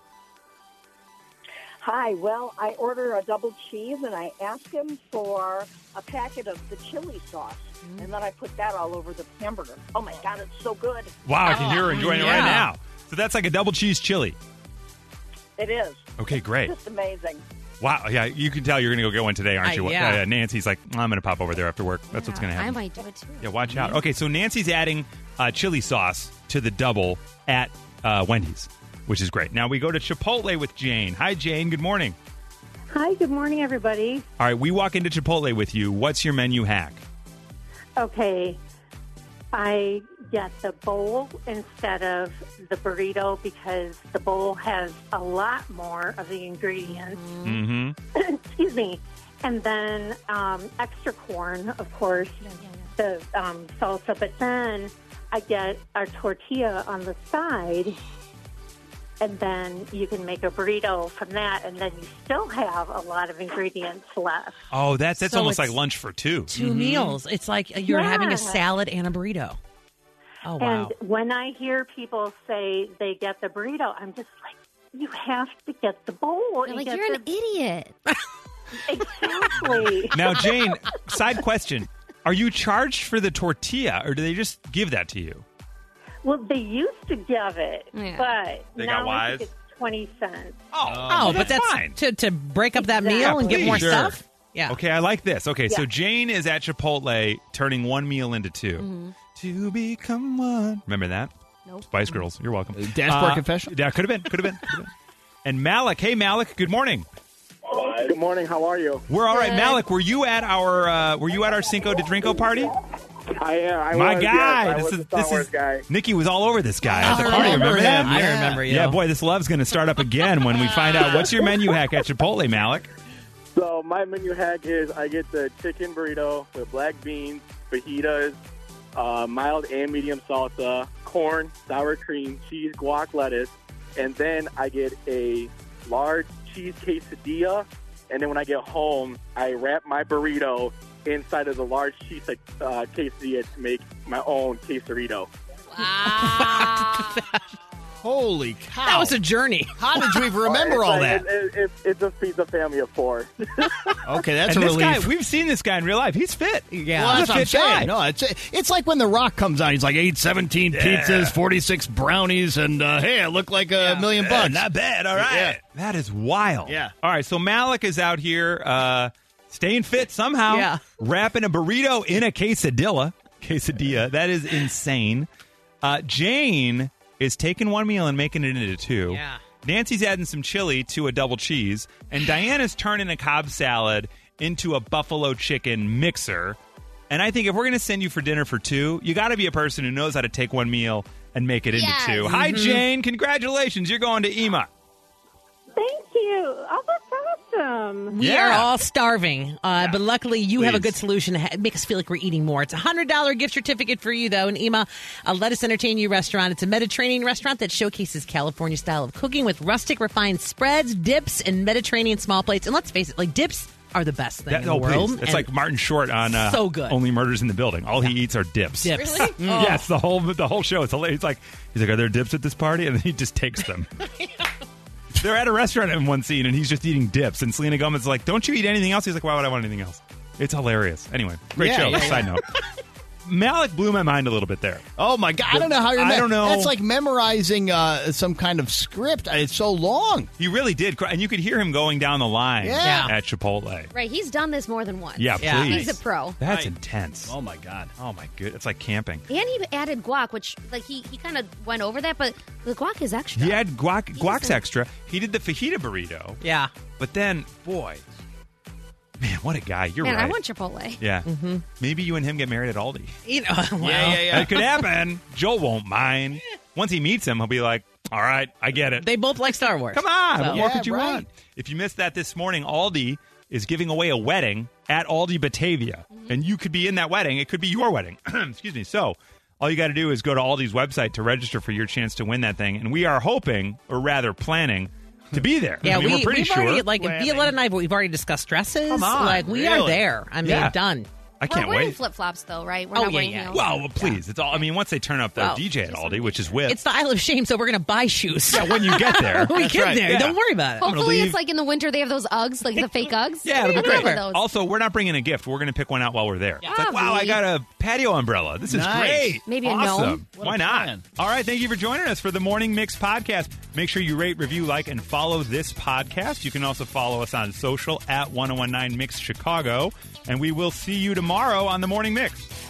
[SPEAKER 11] Hi. Well, I order a double cheese and I ask him for a packet of the chili sauce. And then I put that all over the hamburger. Oh my God, it's so good.
[SPEAKER 1] Wow, I can hear her enjoying it right
[SPEAKER 2] Oh, yeah.
[SPEAKER 1] now. So that's like a double cheese chili.
[SPEAKER 11] It is.
[SPEAKER 1] Okay, great.
[SPEAKER 11] Just amazing.
[SPEAKER 1] Wow. Yeah, you can tell you're going to go get one today, aren't
[SPEAKER 2] I-
[SPEAKER 1] you?
[SPEAKER 2] yeah.
[SPEAKER 1] Nancy's like, I'm going to pop over there after work. That's what's going to
[SPEAKER 4] I
[SPEAKER 1] happen.
[SPEAKER 4] might do it too.
[SPEAKER 1] yeah, watch out. Okay, so Nancy's adding uh, chili sauce to the double at uh, Wendy's, which is great. Now we go to Chipotle with Jane. Hi, Jane. Good morning.
[SPEAKER 11] Hi, good morning, everybody.
[SPEAKER 1] All right, we walk into Chipotle with you. What's your menu hack?
[SPEAKER 11] Okay. I get the bowl instead of the burrito because the bowl has a lot more of the ingredients.
[SPEAKER 1] Mm-hmm.
[SPEAKER 2] Mm.
[SPEAKER 11] Excuse me. And then um, extra corn, of course, the um, salsa. But then I get our tortilla on the side. And then you can make a burrito from that. And then you still have a lot of ingredients left.
[SPEAKER 1] Oh, that's that's
[SPEAKER 2] So
[SPEAKER 1] almost like
[SPEAKER 2] it's-
[SPEAKER 1] lunch for two.
[SPEAKER 2] 2
[SPEAKER 1] Mm-hmm.
[SPEAKER 3] Mm-hmm.
[SPEAKER 2] meals. It's like you're having
[SPEAKER 11] Yeah.
[SPEAKER 2] a salad and a burrito. Oh wow.
[SPEAKER 11] And when I hear people say they get the burrito, I'm just like, you have to get the bowl.
[SPEAKER 4] You're
[SPEAKER 11] and
[SPEAKER 4] like
[SPEAKER 11] get
[SPEAKER 4] you're an
[SPEAKER 11] the-
[SPEAKER 4] idiot.
[SPEAKER 11] exactly.
[SPEAKER 1] Now, Jane, side question: Are you charged for the tortilla, or do they just give that to you?
[SPEAKER 11] well, they used to give it,
[SPEAKER 4] Yeah.
[SPEAKER 11] but
[SPEAKER 1] They got
[SPEAKER 11] now I
[SPEAKER 1] wise?
[SPEAKER 11] think it's twenty cents.
[SPEAKER 1] Oh,
[SPEAKER 2] oh, but that's
[SPEAKER 1] fine.
[SPEAKER 2] to to break up that meal
[SPEAKER 11] Yeah,
[SPEAKER 2] and get
[SPEAKER 1] please,
[SPEAKER 2] more
[SPEAKER 1] sure.
[SPEAKER 2] stuff. Yeah.
[SPEAKER 1] Okay, I like this. Okay, so
[SPEAKER 11] Yeah.
[SPEAKER 1] Jane is at Chipotle turning one meal into 2
[SPEAKER 4] Mm-hmm.
[SPEAKER 1] To become one. Remember that?
[SPEAKER 4] Nope.
[SPEAKER 1] Spice Girls. You're welcome. Uh,
[SPEAKER 3] Dashboard confession?
[SPEAKER 1] Yeah, could have been. Could have been. coulda been. And Malik. Hey, Malik. Good morning.
[SPEAKER 10] Good morning. How are you?
[SPEAKER 1] We're all right,
[SPEAKER 4] Good.
[SPEAKER 1] Malik. Were you at our uh, Were you at our Cinco de Drinko party?
[SPEAKER 10] I, uh, I
[SPEAKER 1] My
[SPEAKER 10] was, yes,
[SPEAKER 1] guy.
[SPEAKER 10] I
[SPEAKER 1] this
[SPEAKER 10] was
[SPEAKER 1] is
[SPEAKER 10] the Star
[SPEAKER 1] this
[SPEAKER 10] Wars
[SPEAKER 1] is
[SPEAKER 10] guy.
[SPEAKER 1] Nikki was all over this guy at
[SPEAKER 2] I
[SPEAKER 1] the party.
[SPEAKER 2] remember
[SPEAKER 1] Remember
[SPEAKER 2] him.
[SPEAKER 1] him?
[SPEAKER 2] I remember you.
[SPEAKER 1] Yeah, boy, this love's going to start up again when we find out what's your menu hack at Chipotle, Malik.
[SPEAKER 10] So my menu hack is I get the chicken burrito with black beans, fajitas, uh, mild and medium salsa, corn, sour cream, cheese, guac, lettuce, and then I get a large cheese quesadilla And then when I get home, I wrap my burrito inside of the large cheese uh, quesadilla to make my own quesarito.
[SPEAKER 3] Holy cow.
[SPEAKER 2] That was a journey.
[SPEAKER 3] How did we remember all that?
[SPEAKER 10] It, it, it just feeds a family of four.
[SPEAKER 3] Okay, that's
[SPEAKER 1] and
[SPEAKER 3] a
[SPEAKER 1] this
[SPEAKER 3] relief.
[SPEAKER 1] guy, we've seen this guy in real life. He's fit. Yeah,
[SPEAKER 3] Well,
[SPEAKER 1] he's
[SPEAKER 3] that's
[SPEAKER 1] a
[SPEAKER 3] what I'm
[SPEAKER 1] fit guy.
[SPEAKER 3] saying. No, it's, it's like when The Rock comes out. He's like, I ate 17 pizzas, 46 brownies, and uh, hey, I look like a million
[SPEAKER 1] Yeah,
[SPEAKER 3] bucks.
[SPEAKER 1] not bad. All right. That is wild.
[SPEAKER 3] Yeah.
[SPEAKER 1] All right. So Malik is out here uh, staying fit somehow.
[SPEAKER 2] Yeah.
[SPEAKER 1] Wrapping a burrito in a quesadilla. Quesadilla. That is insane. Uh, Jane is taking one meal and making it into two.
[SPEAKER 2] Yeah.
[SPEAKER 1] Nancy's adding some chili to a double cheese. And Diana's turning a cob salad into a buffalo chicken mixer. And I think if we're going to send you for dinner for two, you got to be a person who knows how to take one meal and make it
[SPEAKER 11] Yes.
[SPEAKER 1] into 2 Hi,
[SPEAKER 11] Mhm.
[SPEAKER 1] Jane. Congratulations. You're going to E EMA.
[SPEAKER 11] Thank you. Oh, that's awesome.
[SPEAKER 2] We are all starving, uh, but luckily you have a good solution to ha- make us feel like we're eating more. It's a hundred dollar gift certificate for you, though, in Ema, a Let Us Entertain You restaurant. It's a Mediterranean restaurant that showcases California style of cooking with rustic, refined spreads, dips, and Mediterranean small plates. And let's face it, like dips are the best thing
[SPEAKER 1] That-
[SPEAKER 2] in the
[SPEAKER 1] oh,
[SPEAKER 2] world.
[SPEAKER 1] please. It's
[SPEAKER 2] And
[SPEAKER 1] like Martin Short on uh,
[SPEAKER 2] So good.
[SPEAKER 1] Only Murders in the Building. All he eats are dips.
[SPEAKER 2] Dips. Really?
[SPEAKER 1] Mm.
[SPEAKER 2] Oh.
[SPEAKER 1] Yes, the whole the whole show. It's hilarious. It's like he's like, are there dips at this party? And then he just takes them. They're at a restaurant in one scene, and he's just eating dips. And Selena Gomez is like, "Don't you eat anything else?" He's like, "Why would I want anything else?" It's hilarious. Anyway, great
[SPEAKER 3] Yeah,
[SPEAKER 1] show.
[SPEAKER 3] yeah,
[SPEAKER 1] Side
[SPEAKER 3] yeah.
[SPEAKER 1] note. Malik blew my mind a little bit there.
[SPEAKER 3] Oh my god! I don't know how you're.
[SPEAKER 1] I don't know.
[SPEAKER 3] That's like memorizing uh, some kind of script. It's so long.
[SPEAKER 1] He really did, cry. and you could hear him going down the line
[SPEAKER 4] Yeah.
[SPEAKER 1] at Chipotle.
[SPEAKER 4] Right, he's done this more than once.
[SPEAKER 1] Yeah, please.
[SPEAKER 4] He's a pro.
[SPEAKER 1] That's intense.
[SPEAKER 3] my god.
[SPEAKER 1] Oh my good. It's like camping.
[SPEAKER 4] And he added guac, which like he, he kind of went over that, but the guac is extra.
[SPEAKER 1] He had guac, guac's
[SPEAKER 4] doesn't-
[SPEAKER 1] extra. He did the fajita burrito.
[SPEAKER 2] Yeah.
[SPEAKER 1] But then, boy, man, what a guy. You're
[SPEAKER 4] Man,
[SPEAKER 1] right.
[SPEAKER 4] I want Chipotle.
[SPEAKER 1] yeah. Maybe you and him get married at Aldi.
[SPEAKER 2] You know, well,
[SPEAKER 1] That could happen. Joel won't mind. Once he meets him, he'll be like, all right, I get it.
[SPEAKER 2] They both like Star Wars.
[SPEAKER 1] Come on.
[SPEAKER 2] So-
[SPEAKER 1] What more could you want? If you missed that this morning, Aldi is giving away a wedding at Aldi Batavia.
[SPEAKER 2] Mm-hmm.
[SPEAKER 1] And you could be in that wedding. It could be your wedding. Excuse me. So all you got to do is go to Aldi's website to register for your chance to win that thing. And we are hoping, or rather planning, to be there.
[SPEAKER 2] Yeah,
[SPEAKER 1] I mean,
[SPEAKER 2] we,
[SPEAKER 1] we're pretty
[SPEAKER 2] have
[SPEAKER 1] sure.
[SPEAKER 2] already like Violetta and I. We've already discussed dresses.
[SPEAKER 1] Come on,
[SPEAKER 2] like we are
[SPEAKER 1] really?
[SPEAKER 2] there. I mean,
[SPEAKER 1] Yeah.
[SPEAKER 2] done.
[SPEAKER 1] I can't
[SPEAKER 4] We're wearing
[SPEAKER 1] wait.
[SPEAKER 4] flip flops though, right? We're
[SPEAKER 2] Oh,
[SPEAKER 4] not
[SPEAKER 2] yeah,
[SPEAKER 4] wearing
[SPEAKER 2] yeah.
[SPEAKER 4] heels.
[SPEAKER 1] Well, well, please. It's all. I mean, once they turn up their
[SPEAKER 2] Well,
[SPEAKER 1] DJ at Aldi, which is whip.
[SPEAKER 2] It's the Isle of Shame, so we're gonna buy shoes.
[SPEAKER 1] yeah, when you get there,
[SPEAKER 2] we
[SPEAKER 1] That's
[SPEAKER 2] get
[SPEAKER 1] right,
[SPEAKER 2] there.
[SPEAKER 1] yeah.
[SPEAKER 2] Don't worry about it.
[SPEAKER 1] I'm gonna
[SPEAKER 4] Hopefully,
[SPEAKER 1] leave.
[SPEAKER 4] it's like in the winter they have those Uggs, like the fake Uggs.
[SPEAKER 1] Yeah,
[SPEAKER 4] We
[SPEAKER 1] it'll be
[SPEAKER 4] don't have
[SPEAKER 1] great.
[SPEAKER 4] Those.
[SPEAKER 1] Also, we're not bringing a gift. We're going to pick one out while we're there. It's like, wow, I got a patio umbrella. This is
[SPEAKER 3] Nice.
[SPEAKER 1] great.
[SPEAKER 4] Maybe a
[SPEAKER 1] awesome.
[SPEAKER 4] gnome?
[SPEAKER 1] Why not? All right, thank you for joining us for the Morning Mix podcast. Make sure you rate, review, like, and follow this podcast. You can also follow us oh on social at 1019 Mix Chicago. And we will see you tomorrow on the Morning Mix.